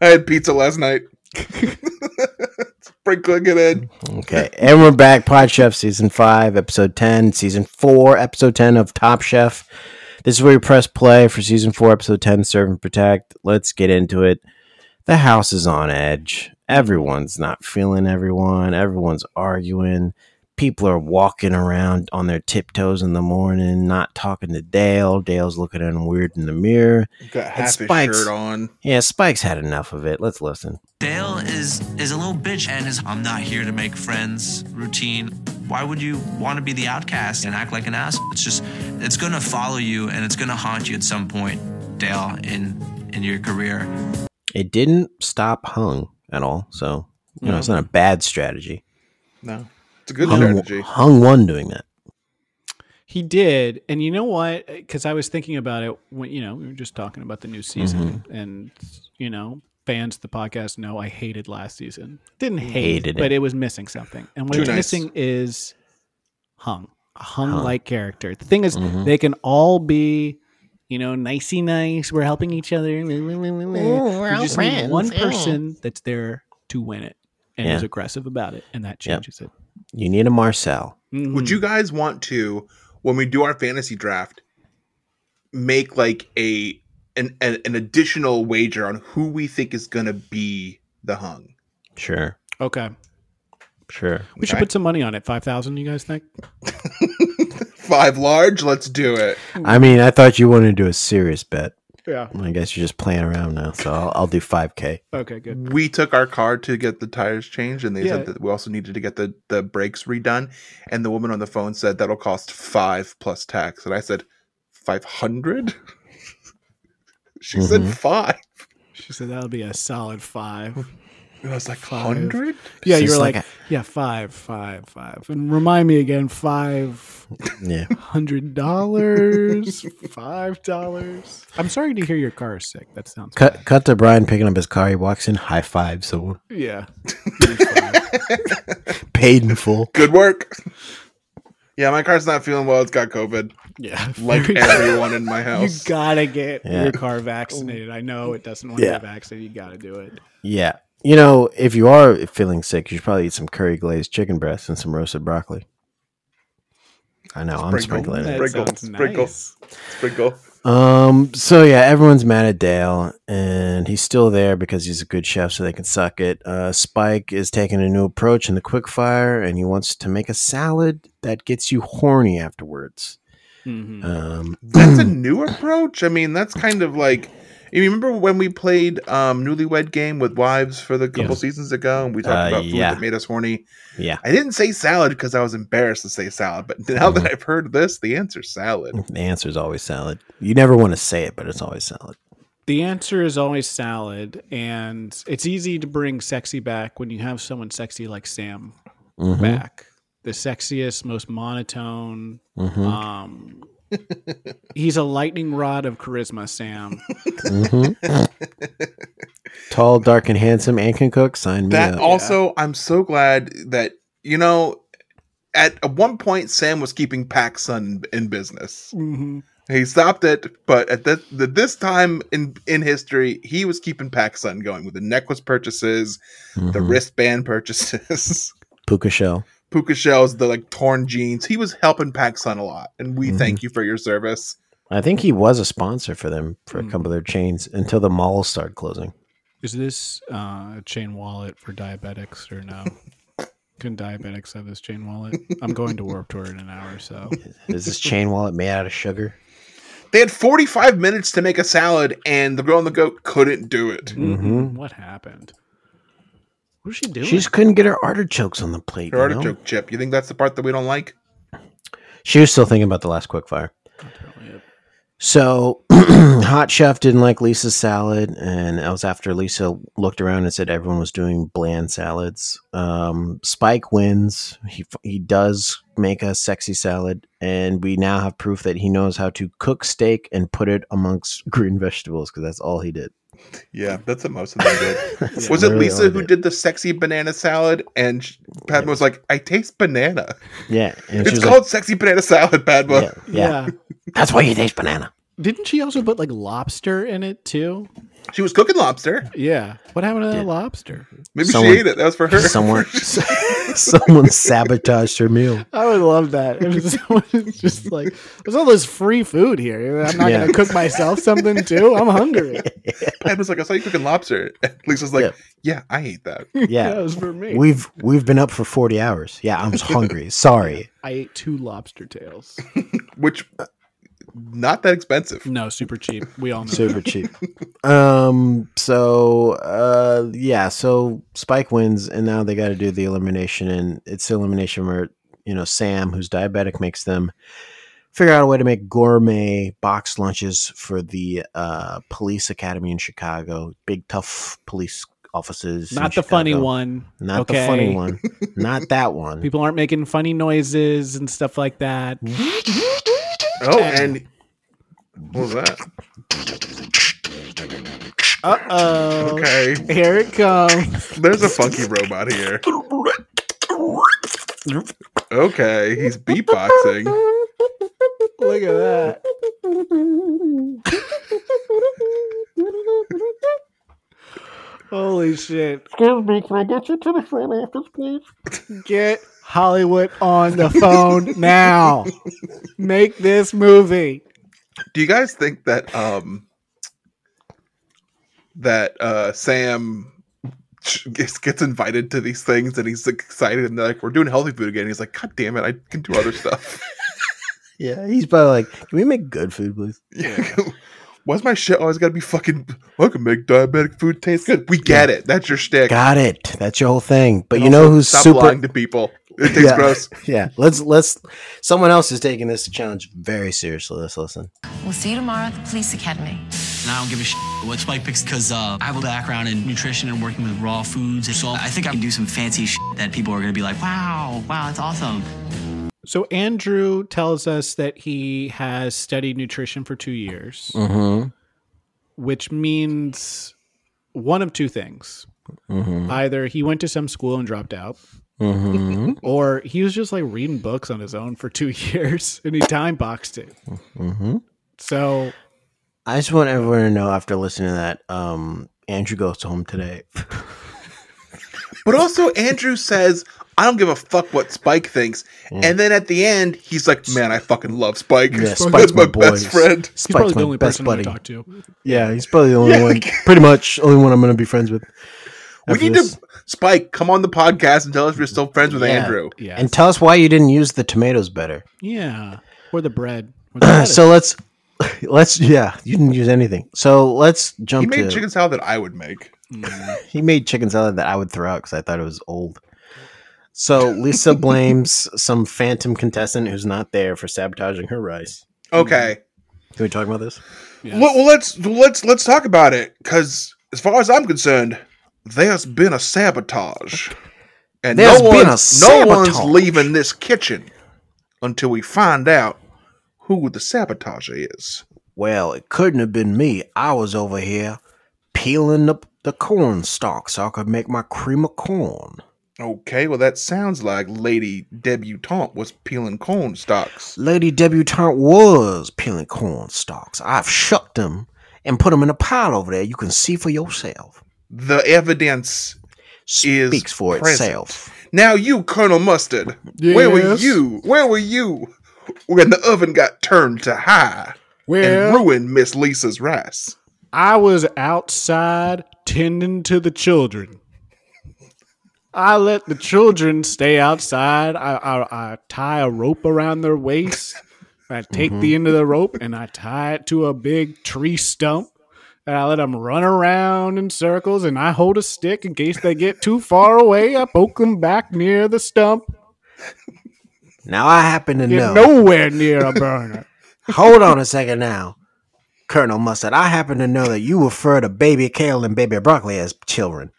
I had pizza last night. Sprinkling it in. Okay. And we're back. Pod Chef season five, episode 10, season four, episode 10 of Top Chef. This is where you press play for season four, episode 10, serve and protect. Let's get into it. The house is on edge. Everyone's not feeling everyone. Everyone's arguing. People are walking around on their tiptoes in the morning, not talking to Dale. Dale's looking at him weird in the mirror. Got half his spikes. shirt on. Yeah, Spike's had enough of it. Let's listen. Dale is is a little bitch and is I'm not here to make friends routine. Why would you want to be the outcast and act like an ass? It's just it's gonna follow you and it's gonna haunt you at some point, Dale, in in your career. It didn't stop hung at all. So, you know, it's not a bad strategy. No. It's a good Hung, strategy. hung one doing that. He did, and you know what? Because I was thinking about it when you know we were just talking about the new season, and you know fans of the podcast know I hated last season. Didn't hate, Hated it. but it was missing something, and what Too it's nice. missing is hung, a hung-like character. The thing is, they can all be. You know, nicey nice. We're helping each other. we're just need one person that's there to win it and is Yeah. aggressive about it, and that Yep. changes it. You need a Marcel. Um, Mm, Would you guys want to, when we do our fantasy draft, make like a an an, an additional wager on who we think is gonna be the hung? Sure. Okay. Sure. We should Okay. put some money on it. 5,000, you guys think? Five large, let's do it. I mean, I thought you wanted to do a serious bet. Yeah. I guess you're just playing around now. So I'll, I'll do 5K. Okay, good. We took our car to get the tires changed, and they Yeah. said that we also needed to get the, the brakes redone. And the woman on the phone said that'll cost five plus tax. And I said, 500? she said, five. She said that'll be a solid five. It was like Five. hundred. Yeah, So you it's were like, like yeah, five, five, five, and remind me again, five Yeah. hundred dollars, five dollars. I'm sorry to hear your car is sick. That sounds Cut, cut to Brian picking up his car. He walks in, high five someone, bad. yeah. paid in full. Good work. Yeah, my car's not feeling well. It's got COVID, Yeah, like everyone in my you house. gotta get Yeah. your car vaccinated. I know it doesn't want Yeah. to be vaccinated. You gotta do it. Yeah. You know, if you are feeling sick, you should probably eat some curry glazed chicken breasts and some roasted broccoli. I know, I'm Sprinkle. sprinkling it. That Sprinkle, sounds sprinkle. nice. Sprinkle. Um, so yeah, everyone's mad at Dale, and he's still there because he's a good chef, so they can suck it. Uh, Spike is taking a new approach in the quickfire, and he wants to make a salad that gets you horny afterwards. Mhm. Um, That's a new approach. I mean, that's kind of like. You remember when we played um, Newlywed Game with wives for the couple Yeah. seasons ago, and we talked Uh, about food yeah. that made us horny? yeah, I didn't say salad because I was embarrassed to say salad, but now Mm-hmm. that I've heard this, the answer's salad. the answer is always salad. You never want to say it, but it's always salad. The answer is always salad, and it's easy to bring sexy back when you have someone sexy like Sam Mhm, back. The sexiest, most monotone. mhm, Um, he's a lightning rod of charisma, Sam. mhm. Tall, dark, and handsome, and can cook. Sign me That up. also, I'm so glad that you know. At at one point, Sam was keeping Sun in business. He stopped it, but at this, the, this time in in history, he was keeping Sun going with the necklace purchases, the Mhm. wristband purchases, puka shell. puka shells, the like torn jeans. He was helping Sun a lot, and we Mhm. thank you for your service. I think he was a sponsor for them for a Hmm. Mm. couple of their chains until the malls started closing. Is this uh, a chain wallet for diabetics or no? Can diabetics have this chain wallet? I'm going to Warp Tour in an hour, so Is this chain wallet made out of sugar? They had 45 minutes to make a salad, and the girl on the goat couldn't do it. Mhm. what happened? What is she doing? She just couldn't get her artichokes on the plate. Her you know? artichoke chip. You think that's the part that we don't like? She was still thinking about the last quick fire. Apparently it- So, Hot Chef didn't like Lisa's salad, and that was after Lisa looked around and said everyone was doing bland salads. Um, Spike wins. He he does make a sexy salad, and we now have proof that he knows how to cook steak and put it amongst green vegetables because that's all he did. Yeah, that's the most of them did. That's was it literally all Lisa he who did the sexy banana salad? And sh- Padma was like, I taste banana. Yeah, and she it's was called sexy banana salad, Padma. like, yeah, yeah, that's why you taste banana. Didn't she also put like lobster in it too? She was cooking lobster. Yeah. What happened to Yeah. that lobster? Maybe Someone- she ate it. That was for her. Someone, someone sabotaged her meal. I would love that. If someone is just like, there's all this free food here. I'm not Yeah. gonna cook myself something too. I'm hungry. Padma's like, I saw you cooking lobster. And Lisa's like, Yeah. yeah. I ate that. that Yeah, was for me. we've we've been up for forty hours. Yeah, I'm hungry. Sorry. I ate two lobster tails. Which, not that expensive. No, super cheap. We all know. super cheap um so uh yeah so spike wins and now they got to do the elimination and it's elimination where you know sam who's diabetic makes them figure out a way to make gourmet box lunches for the uh police academy in chicago big tough police offices in Not the funny Chicago. one. not okay? the funny one not that one People aren't making funny noises and stuff like that. Oh, and what was that? Uh oh. Okay. Here it comes. There's a funky robot here. Okay, he's beatboxing. Look at that. Holy shit. Excuse me, can I get you to the front office, please? Get Hollywood on the phone now. Make this movie. Do you guys think that um that uh Sam gets, gets invited to these things and he's excited and they're like, "We're doing healthy food again." He's like, "God damn it, I can do other stuff." yeah he's probably like can we make good food please yeah. Why's my shit always gotta be fucking? I can make diabetic food taste good. We get it. That's your shtick. got it that's your whole thing but And you know also, who's stop super lying to people. It tastes Yeah. gross. yeah let's let's someone else is taking this challenge very seriously let's listen We'll see you tomorrow at the police academy. and I don't give a shit what Spike picks because uh, I have a background in nutrition and working with raw foods. So I think I can do some fancy shit that people are going to be like, wow, wow, that's awesome. So Andrew tells us that he has studied nutrition for two years, Mm-hmm. which means one of two things. Mm-hmm. Either he went to some school and dropped out, Mm-hmm. or he was just like reading books on his own for two years and he time boxed it. mm-hmm. So I just want everyone to know after listening to that, um, Andrew goes home today. But also, Andrew says, I don't give a fuck what Spike thinks. And then at the end, he's like, man, I fucking love Spike. Mm. Yeah, That's Spike's my my boy. best friend. he's probably the only person buddy. I talk to. Yeah, he's probably the only Yeah. one, pretty much only one I'm going to be friends with. We after need this. to, Spike, come on the podcast and tell us you're still friends with Yeah. Andrew. Yeah, and tell us why you didn't use the tomatoes better. yeah, or the bread. Or the lettuce. so let's let's yeah, you didn't use anything. So let's He jump made to chicken salad that I would make. he made chicken salad that I would throw out because I thought it was old. So Lisa blames some phantom contestant who's not there for sabotaging her rice. Okay. Can we talk about this? Yes. Well, well, let's let's let's talk about it because, as far as I'm concerned, there's been a sabotage, and There's no been a one's no one's sabotage. leaving this kitchen until we find out who the sabotager is. Well, it couldn't have been me. I was over here peeling up the corn stalks so I could make my cream of corn. Okay, well, that sounds like Lady Debutante was peeling corn stalks. Lady Debutante was peeling corn stalks. I've shucked them and put them in a pile over there. You can see for yourself. The evidence is Speaks for present. itself. Now, you Colonel Mustard, where were Yes. you? Where were you when the oven got turned to high and Well- ruined Miss Lisa's rice? I was outside tending to the children. I let the children stay outside. I, I, I tie a rope around their waist. I take the end of the rope and I tie it to a big tree stump. And I let them run around in circles. And I hold a stick in case they get too far away. I poke them back near the stump. Now I happen to Get know. nowhere near a burner. Hold on a second now. Colonel Mustard, I happen to know that you refer to baby kale and baby broccoli as children.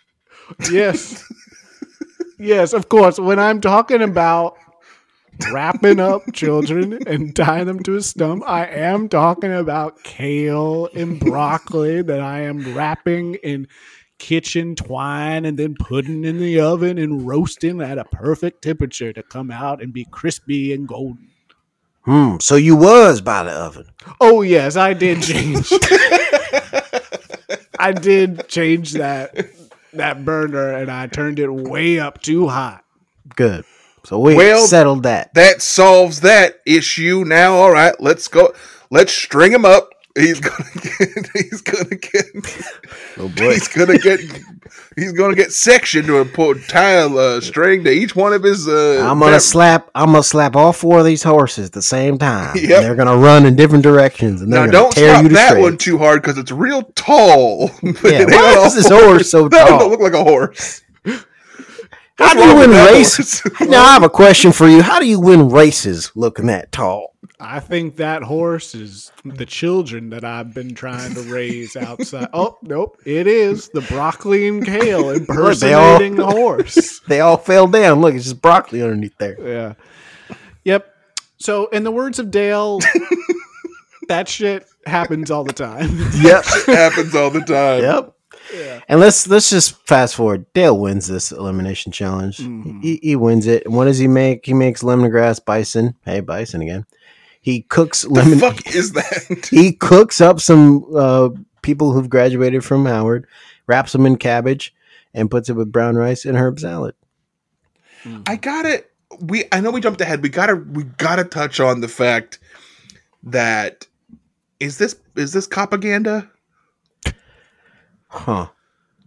Yes. yes, of course. When I'm talking about wrapping up children and tying them to a stump, I am talking about kale and broccoli that I am wrapping in kitchen twine and then putting in the oven and roasting at a perfect temperature to come out and be crispy and golden. Hmm, so you was by the oven. Oh yes, I did change. I did change that that burner and I turned it way up too hot. Good. So we Well- settled that. That solves that issue now. All right, let's go. Let's string him up. He's gonna get. He's gonna get. Oh boy. He's gonna get. He's gonna get sectioned or put tie a uh, string to each one of his. Uh, I'm gonna mem- slap I'm gonna slap all four of these horses at the same time. Yep. And they're gonna run in different directions and Now they're don't gonna tear slap you to that shreds. one too hard because it's real tall. Yeah, why is this horse so That don't tall? look like a horse. How do wrong you with win that races? horse? now I have a question for you. How do you win races looking that tall? I think that horse is the children that I've been trying to raise outside. Oh, nope. It is the broccoli and kale all- impersonating the horse. They all fell down. Look, it's just broccoli underneath there. Yeah. Yep. So, in the words of Dale, that shit happens all the time. Yep. happens all the time. Yep. And let's let's just fast forward. Dale wins this elimination challenge. Mm-hmm. He, he wins it. And what does he make? He makes lemongrass bison. Hey, bison again. He cooks The lemon. fuck is that? He cooks up some uh, people who've graduated from Howard, wraps them in cabbage, and puts it with brown rice and herb salad. I gotta we I know we jumped ahead. We gotta we gotta touch on the fact that is this is this propaganda? Huh.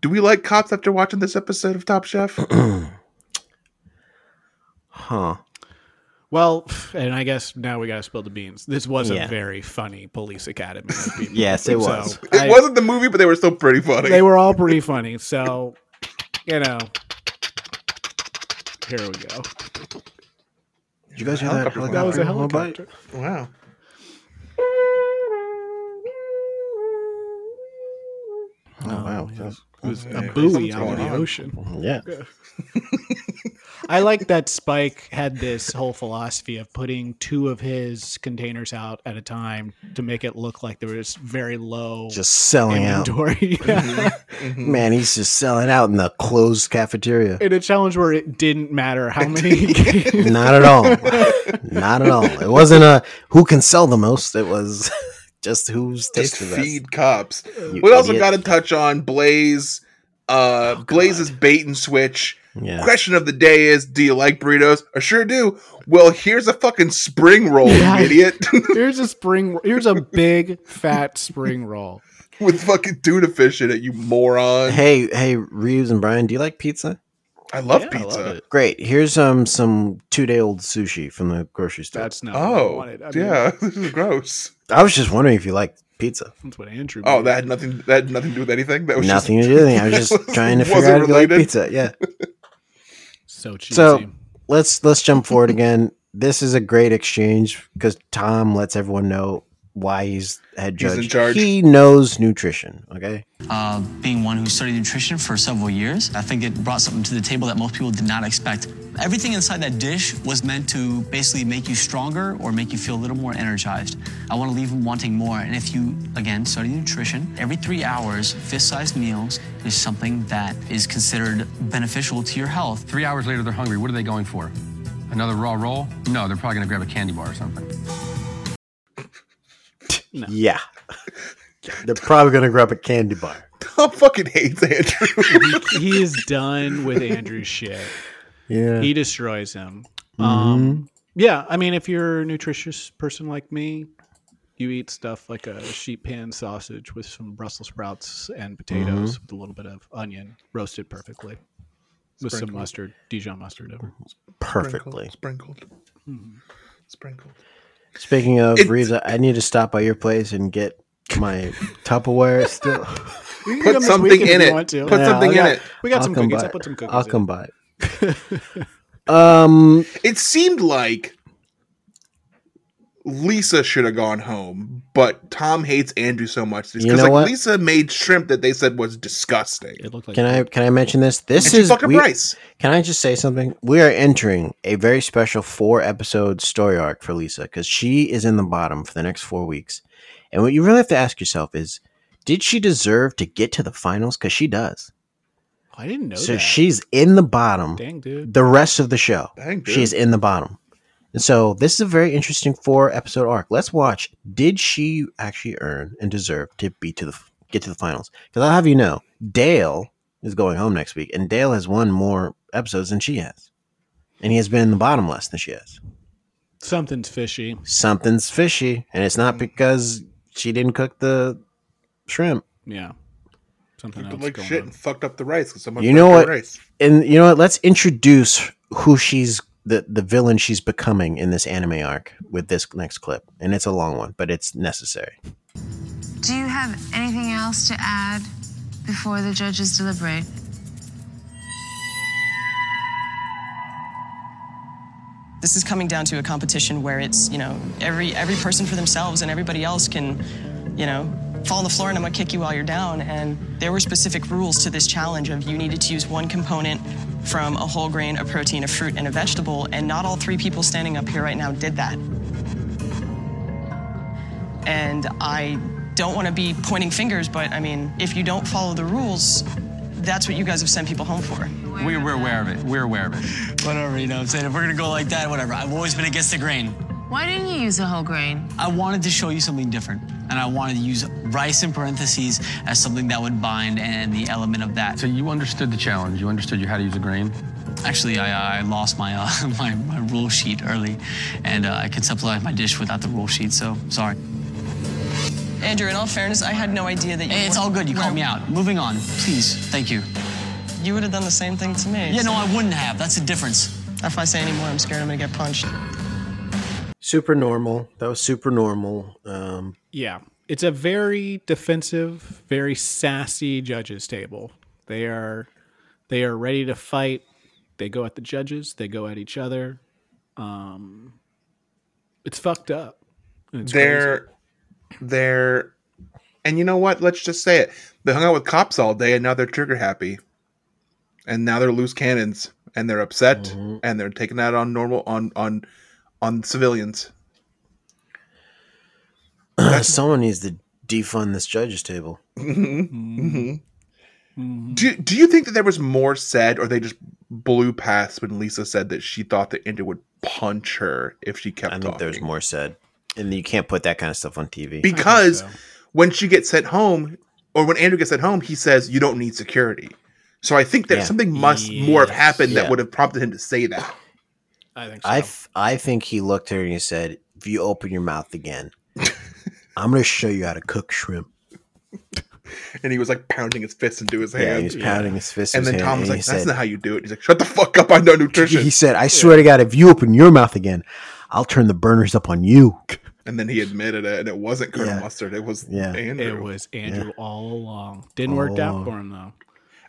Do we like cops after watching this episode of Top Chef? Huh. Well, and I guess now we got to spill the beans. This was Yeah. a very funny police academy. of people. Yes, it So, was. It I- wasn't the movie, but they were still pretty funny. They were all pretty funny. So, you know, here we go. Did you guys hear that? Helicopter That was a Hold on. helicopter. wow. Oh, wow. It was, it was Yeah, a buoy something's out of going the on. ocean. Yeah. I like that Spike had this whole philosophy of putting two of his containers out at a time to make it look like there was very low Just selling out. inventory. Yeah. Mhm. Man, he's just selling out in the closed cafeteria. In a challenge where it didn't matter how many games. Not at all. Not at all. It wasn't a who can sell the most. It was just who's It's tasted the best. feed cops. You we also idiot. Oh, got to touch on Blaze. Uh, Blaze's bait and switch. yeah. Question of the day is: Do you like burritos? I sure do. Well, here's a fucking spring roll, Yeah. you idiot, Here's a spring. Here's a big fat spring roll. with fucking tuna fish in it, you moron. Hey, hey, Reeves and Brian, do you like pizza? I love Yeah, I pizza. love it. Great. Here's um some two day old sushi from the grocery store. That's not. what I Oh, wanted. I mean, yeah, this is gross. I was just wondering if you liked pizza. That's what Andrew. Oh, made. that had nothing. That had nothing to do with anything. That was Nothing Just, to do with it. I was just trying to figure Wasn't out if you like related. pizza. Yeah. so cheesy. So- let's let's jump forward again. This is a great exchange because Tom lets everyone know why he's head He's judge. in charge. He knows nutrition. Okay. uh, being one who studied nutrition for several years, I think it brought something to the table that most people did not expect. Everything inside that dish was meant to basically make you stronger or make you feel a little more energized. I want to leave them wanting more. And if you, again, study nutrition, every three hours, fist sized meals is something that is considered beneficial to your health. Three hours later, they're hungry. What are they going for? Another raw roll? No, they're probably going to grab a candy bar or something. Yeah. They're probably gonna grab a candy bar. Tom fucking hates Andrew. he, he is done with Andrew's shit. Yeah. Mm-hmm. He destroys him. Um, yeah, I mean, if you're a nutritious person like me, you eat stuff like a sheet pan sausage with some Brussels sprouts and potatoes Mm-hmm. with a little bit of onion roasted perfectly with some Sprinkled. mustard, Dijon mustard over. Perfectly. sprinkled, sprinkled. Hmm. sprinkled. Speaking of It's- Reeves, I I need to stop by your place and get my Tupperware still. You can Put come this something weekend if in it. you want to. Put Yeah, something I in got- it. we got I'll some come cookies. by I put some cookies. I'll in. come by. um It seemed like Lisa should have gone home, but Tom hates Andrew so much You know like what? Lisa made shrimp that they said was disgusting. It looked like can I can I mention this? This And she is fucking we- Bryce. Can I just say something? We are entering a very special four episode story arc for Lisa because she is in the bottom for the next four weeks. And what you really have to ask yourself is did she deserve to get to the finals? Because she does. I didn't know so that. she's in the bottom Dang, dude. the rest of the show. Dang, dude. she's in the bottom. And so this is a very interesting four episode arc. Let's watch. Did she actually earn and deserve to be to the get to the finals? Because I'll have you know, Dale is going home next week, and Dale has won more episodes than she has, and he has been in the bottom less than she has. Something's fishy. Something's fishy, and it's not because she didn't cook the shrimp. Yeah. Something Looked else like going shit on. and fucked up the rice because someone You fucked know her what? rice. and you know what? Let's introduce who she's the the villain she's becoming in this anime arc with this next clip, and it's a long one, but it's necessary. Do you have anything else to add before the judges deliberate? this is coming down to a competition where it's you know every every person for themselves and everybody else can you know fall on the floor and i'm gonna kick you while you're down and there were specific rules to this challenge of you needed to use one component from a whole grain a protein a fruit and a vegetable and not all three people standing up here right now did that and i don't want to be pointing fingers but i mean if you don't follow the rules that's what you guys have sent people home for We, we're aware of it. We're aware of it. Whatever, you know what I'm saying? If we're gonna go like that, whatever. I've always been against the grain. Why didn't you use a whole grain? I wanted to show you something different, and I wanted to use rice in parentheses as something that would bind and the element of that. So you understood the challenge. You understood you how to use a grain. Actually, I, I lost my, uh, my my rule sheet early, and uh, I conceptualized my dish without the rule sheet. So sorry. andrew in all fairness i had no idea that you Hey, it's were- all good. You were- called me out. Moving on, please. Thank you. You would have done the same thing to me. Yeah, no, I wouldn't have. That's the difference. If I say any more, I'm scared I'm gonna get punched. Super normal. That was super normal. Um, Yeah. It's a very defensive, very sassy judges table. They are they are ready to fight. They go at the judges, they go at each other. Um it's fucked up. It's their their And you know what? Let's just say it. They hung out with cops all day and now they're trigger happy. And now they're loose cannons and they're upset Mm-hmm. and they're taking out on normal on on on civilians. Someone needs to defund this judges table. Do do you think that there was more said or they just blew past when Lisa said that she thought that India would punch her if she kept I think talking? there's more said, and you can't put that kind of stuff on TV. because when she gets sent home or when andrew gets sent home he says you don't need security so i think that Yeah. something must more have happened Yeah. that would have prompted him to say that I think so. I th- I think he looked at her and he said, "If you open your mouth again, I'm going to show you how to cook shrimp." and he was like pounding his fists into his Yeah, he hands was pounding his fist. in and his then hand, tom was like he that's said, not how you do it he's like shut the fuck up i know nutrition He said, "I swear to God, if you open your mouth again, I'll turn the burners up on you." and then he admitted it and it wasn't colonel Yeah. mustard it was Yeah. andrew it was Andrew all along. Didn't work out for him though.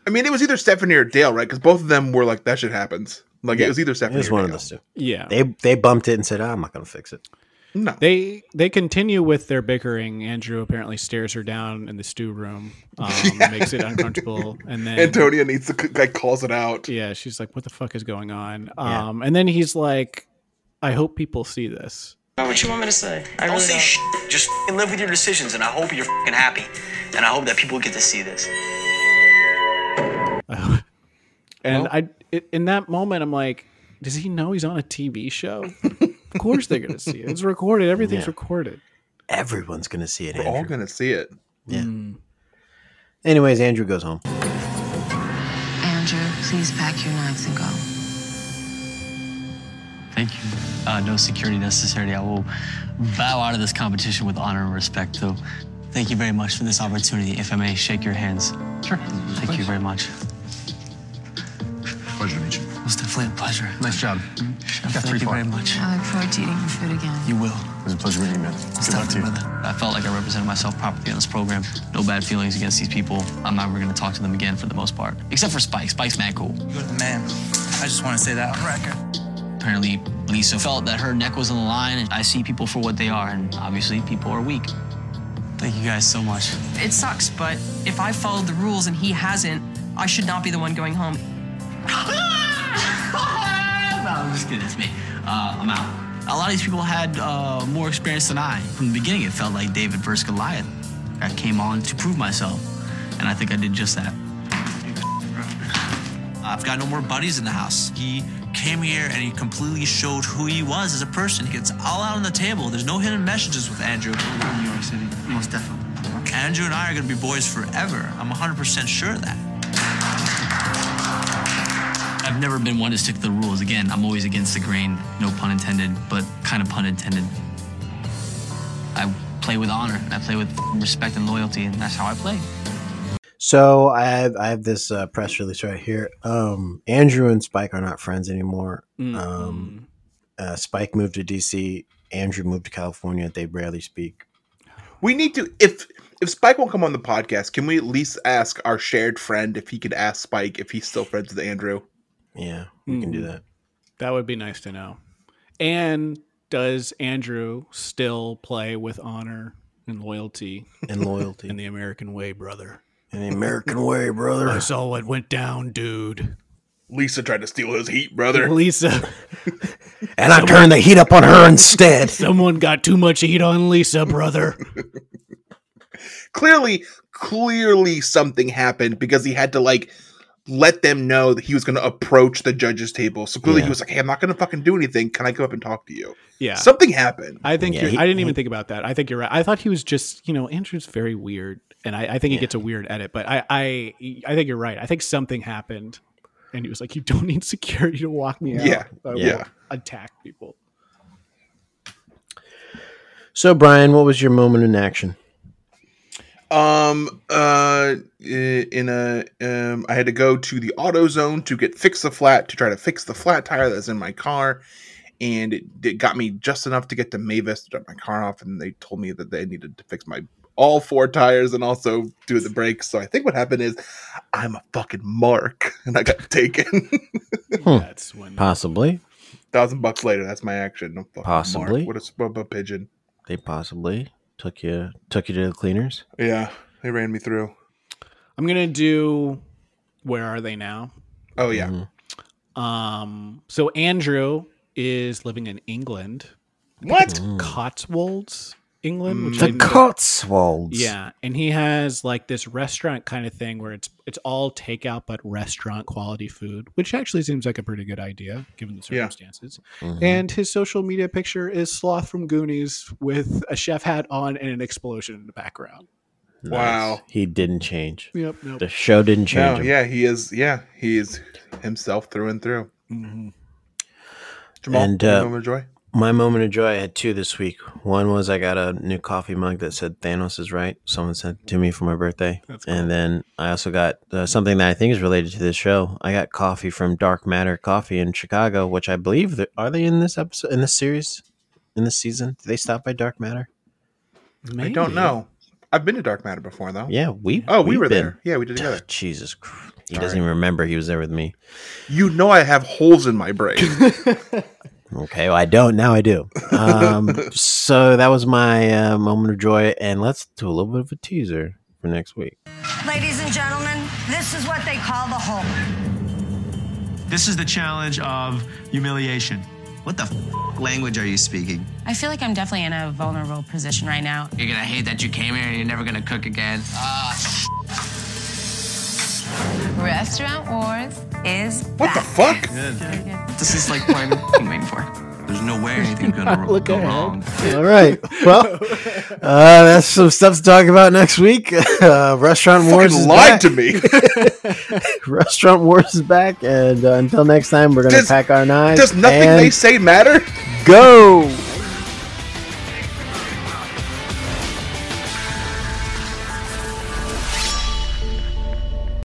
i mean it was either stephanie or dale right because both of them were like that shit happens like it was either It stephanie was or one of dale. those two. Yeah. They they bumped it and said, "Ah, "I'm not going to fix it." no They they continue with their bickering. Andrew apparently stares her down in the stew room, um, makes it uncomfortable, and then antonia needs to like calls it out yeah, she's like, "What the fuck is going on?" Um, and then he's like, "I hope people see this." What you want me to say? I Don't really say don't. sh. Just f***ing live with your decisions, and I hope you're f***ing happy, and I hope that people get to see this. And I it, in that moment, I'm like, "Does he know he's on a TV show?" of course they're gonna see it. It's recorded. Everything's recorded. Everyone's going to see it. we're all Andrew. gonna Mm. see it Anyways, Andrew goes home. Andrew, please pack your knives and go. Thank you. Uh, no security necessary. I will bow out of this competition with honor and respect, though. Thank you very much for this opportunity. If I may shake your hands. Sure. Thank you very much. Pleasure to meet you. It was definitely a pleasure. Nice job. Chef, got three thank you for very it. much. I look forward to eating your food again. You will. It was a pleasure meeting you, man. Good luck to you. Brother. I felt like I represented myself properly on this program. No bad feelings against these people. I'm not ever going to talk to them again for the most part. Except for Spike. Spike's mad cool. You're the man. I just want to say that on record. Apparently, Lisa felt that her neck was on the line, and I see people for what they are, and obviously, people are weak. Thank you guys so much. It sucks, but if I followed the rules and he hasn't, I should not be the one going home. no, I'm just kidding. It's me. Uh, I'm out. A lot of these people had uh, more experience than I. From the beginning, it felt like David versus Goliath. I came on to prove myself, and I think I did just that. I've got no more buddies in the house. He came here and he completely showed who he was as a person. He gets all out on the table. There's no hidden messages with Andrew. New York City, most definitely. Andrew and I are going to be boys forever. I'm 100% sure of that. I've never been one to stick to the rules. Again, I'm always against the grain. No pun intended, but kind of pun intended. I play with honor. and I play with respect and loyalty, and that's how I play. So I have I have this uh, press release right here. Um, Andrew and Spike are not friends anymore. Um, uh, Spike moved to DC. Andrew moved to California. They barely speak. We need to if if Spike won't come on the podcast, can we at least ask our shared friend if he could ask Spike if he's still friends with Andrew? Yeah, we can Mm. do that. That would be nice to know. And does Andrew still play with honor and loyalty And loyalty in the American way, brother? in the American way, brother. I saw what went down, dude. Lisa tried to steal his heat, brother. Lisa, And I turned the heat up on her instead. someone got too much heat on Lisa, brother. Clearly, clearly something happened because he had to like let them know that he was gonna approach the judges table. So clearly Yeah. he was like, Hey, I'm not gonna fucking do anything. Can I come up and talk to you? Yeah. Something happened. I think Yeah, you're, he- I didn't even he- think about that. I think you're right. I thought he was just, you know, Andrew's very weird, and I, I think he gets a weird edit. But I, I, I think you're right. I think something happened, and he was like, "You don't need security to walk me out. Yeah. I will Yeah. attack people." So Brian, what was your moment in action? Um uh in a um I had to go to the auto zone to get fix the flat to try to fix the flat tire that's in my car and it, it got me just enough to get to Mavis to drop my car off and they told me that they needed to fix my all four tires and also do the brakes. So I think what happened is I'm a fucking mark and I got taken. That's when Possibly, Thousand bucks later, that's my action. I'm fucking mark. Possibly. What a, what a pigeon. they possibly Took you took you to the cleaners. Yeah, they ran me through. I'm gonna do. Where are they now? Oh yeah. Mm-hmm. Um. So Andrew is living in England. What? Cotswolds, England. Which I The didn't know- Cotswolds. Yeah, and he has like this restaurant kind of thing where it's it's all takeout but restaurant quality food, which actually seems like a pretty good idea given the Yeah. circumstances. And his social media picture is Sloth from Goonies with a chef hat on and an explosion in the background. Nice. Wow. He didn't change. Yep, nope. The show didn't change. No, him. yeah, he is. Yeah, he is himself through and through. Jamal, And, you uh, know him, Joy? My moment of joy, I had two this week. One was I got a new coffee mug that said Thanos is right. Someone sent it to me for my birthday. And then I also got uh, something that I think is related to this show. I got coffee from Dark Matter Coffee in Chicago, which I believe that, are they in this episode, in this series, in this season? Did they stop by Dark Matter? I don't know. I've been to Dark Matter before, though. Yeah, we. Oh, we we've were been- there. Yeah, we did together. Oh, Jesus Christ. He doesn't even remember he was there with me. You know, I have holes in my brain. Okay, well, I don't. Now I do. Um, so that was my uh, moment of joy. And let's do a little bit of a teaser for next week. Ladies and gentlemen, this is what they call the Hulk. This is the challenge of humiliation. What the f- language are you speaking? I feel like I'm definitely in a vulnerable position right now. You're gonna hate that you came here and you're never gonna cook again. Ah, Restaurant Wars is What the fuck? this is like playing main fork. There's no way anything's gonna ro- go wrong. All right. Well, uh, that's some stuff to talk about next week. Uh, Restaurant Wars Fucking is lied back. to me. Restaurant Wars is back. And uh, until next time, we're going to Does- pack our knives. Does nothing and they say matter? go.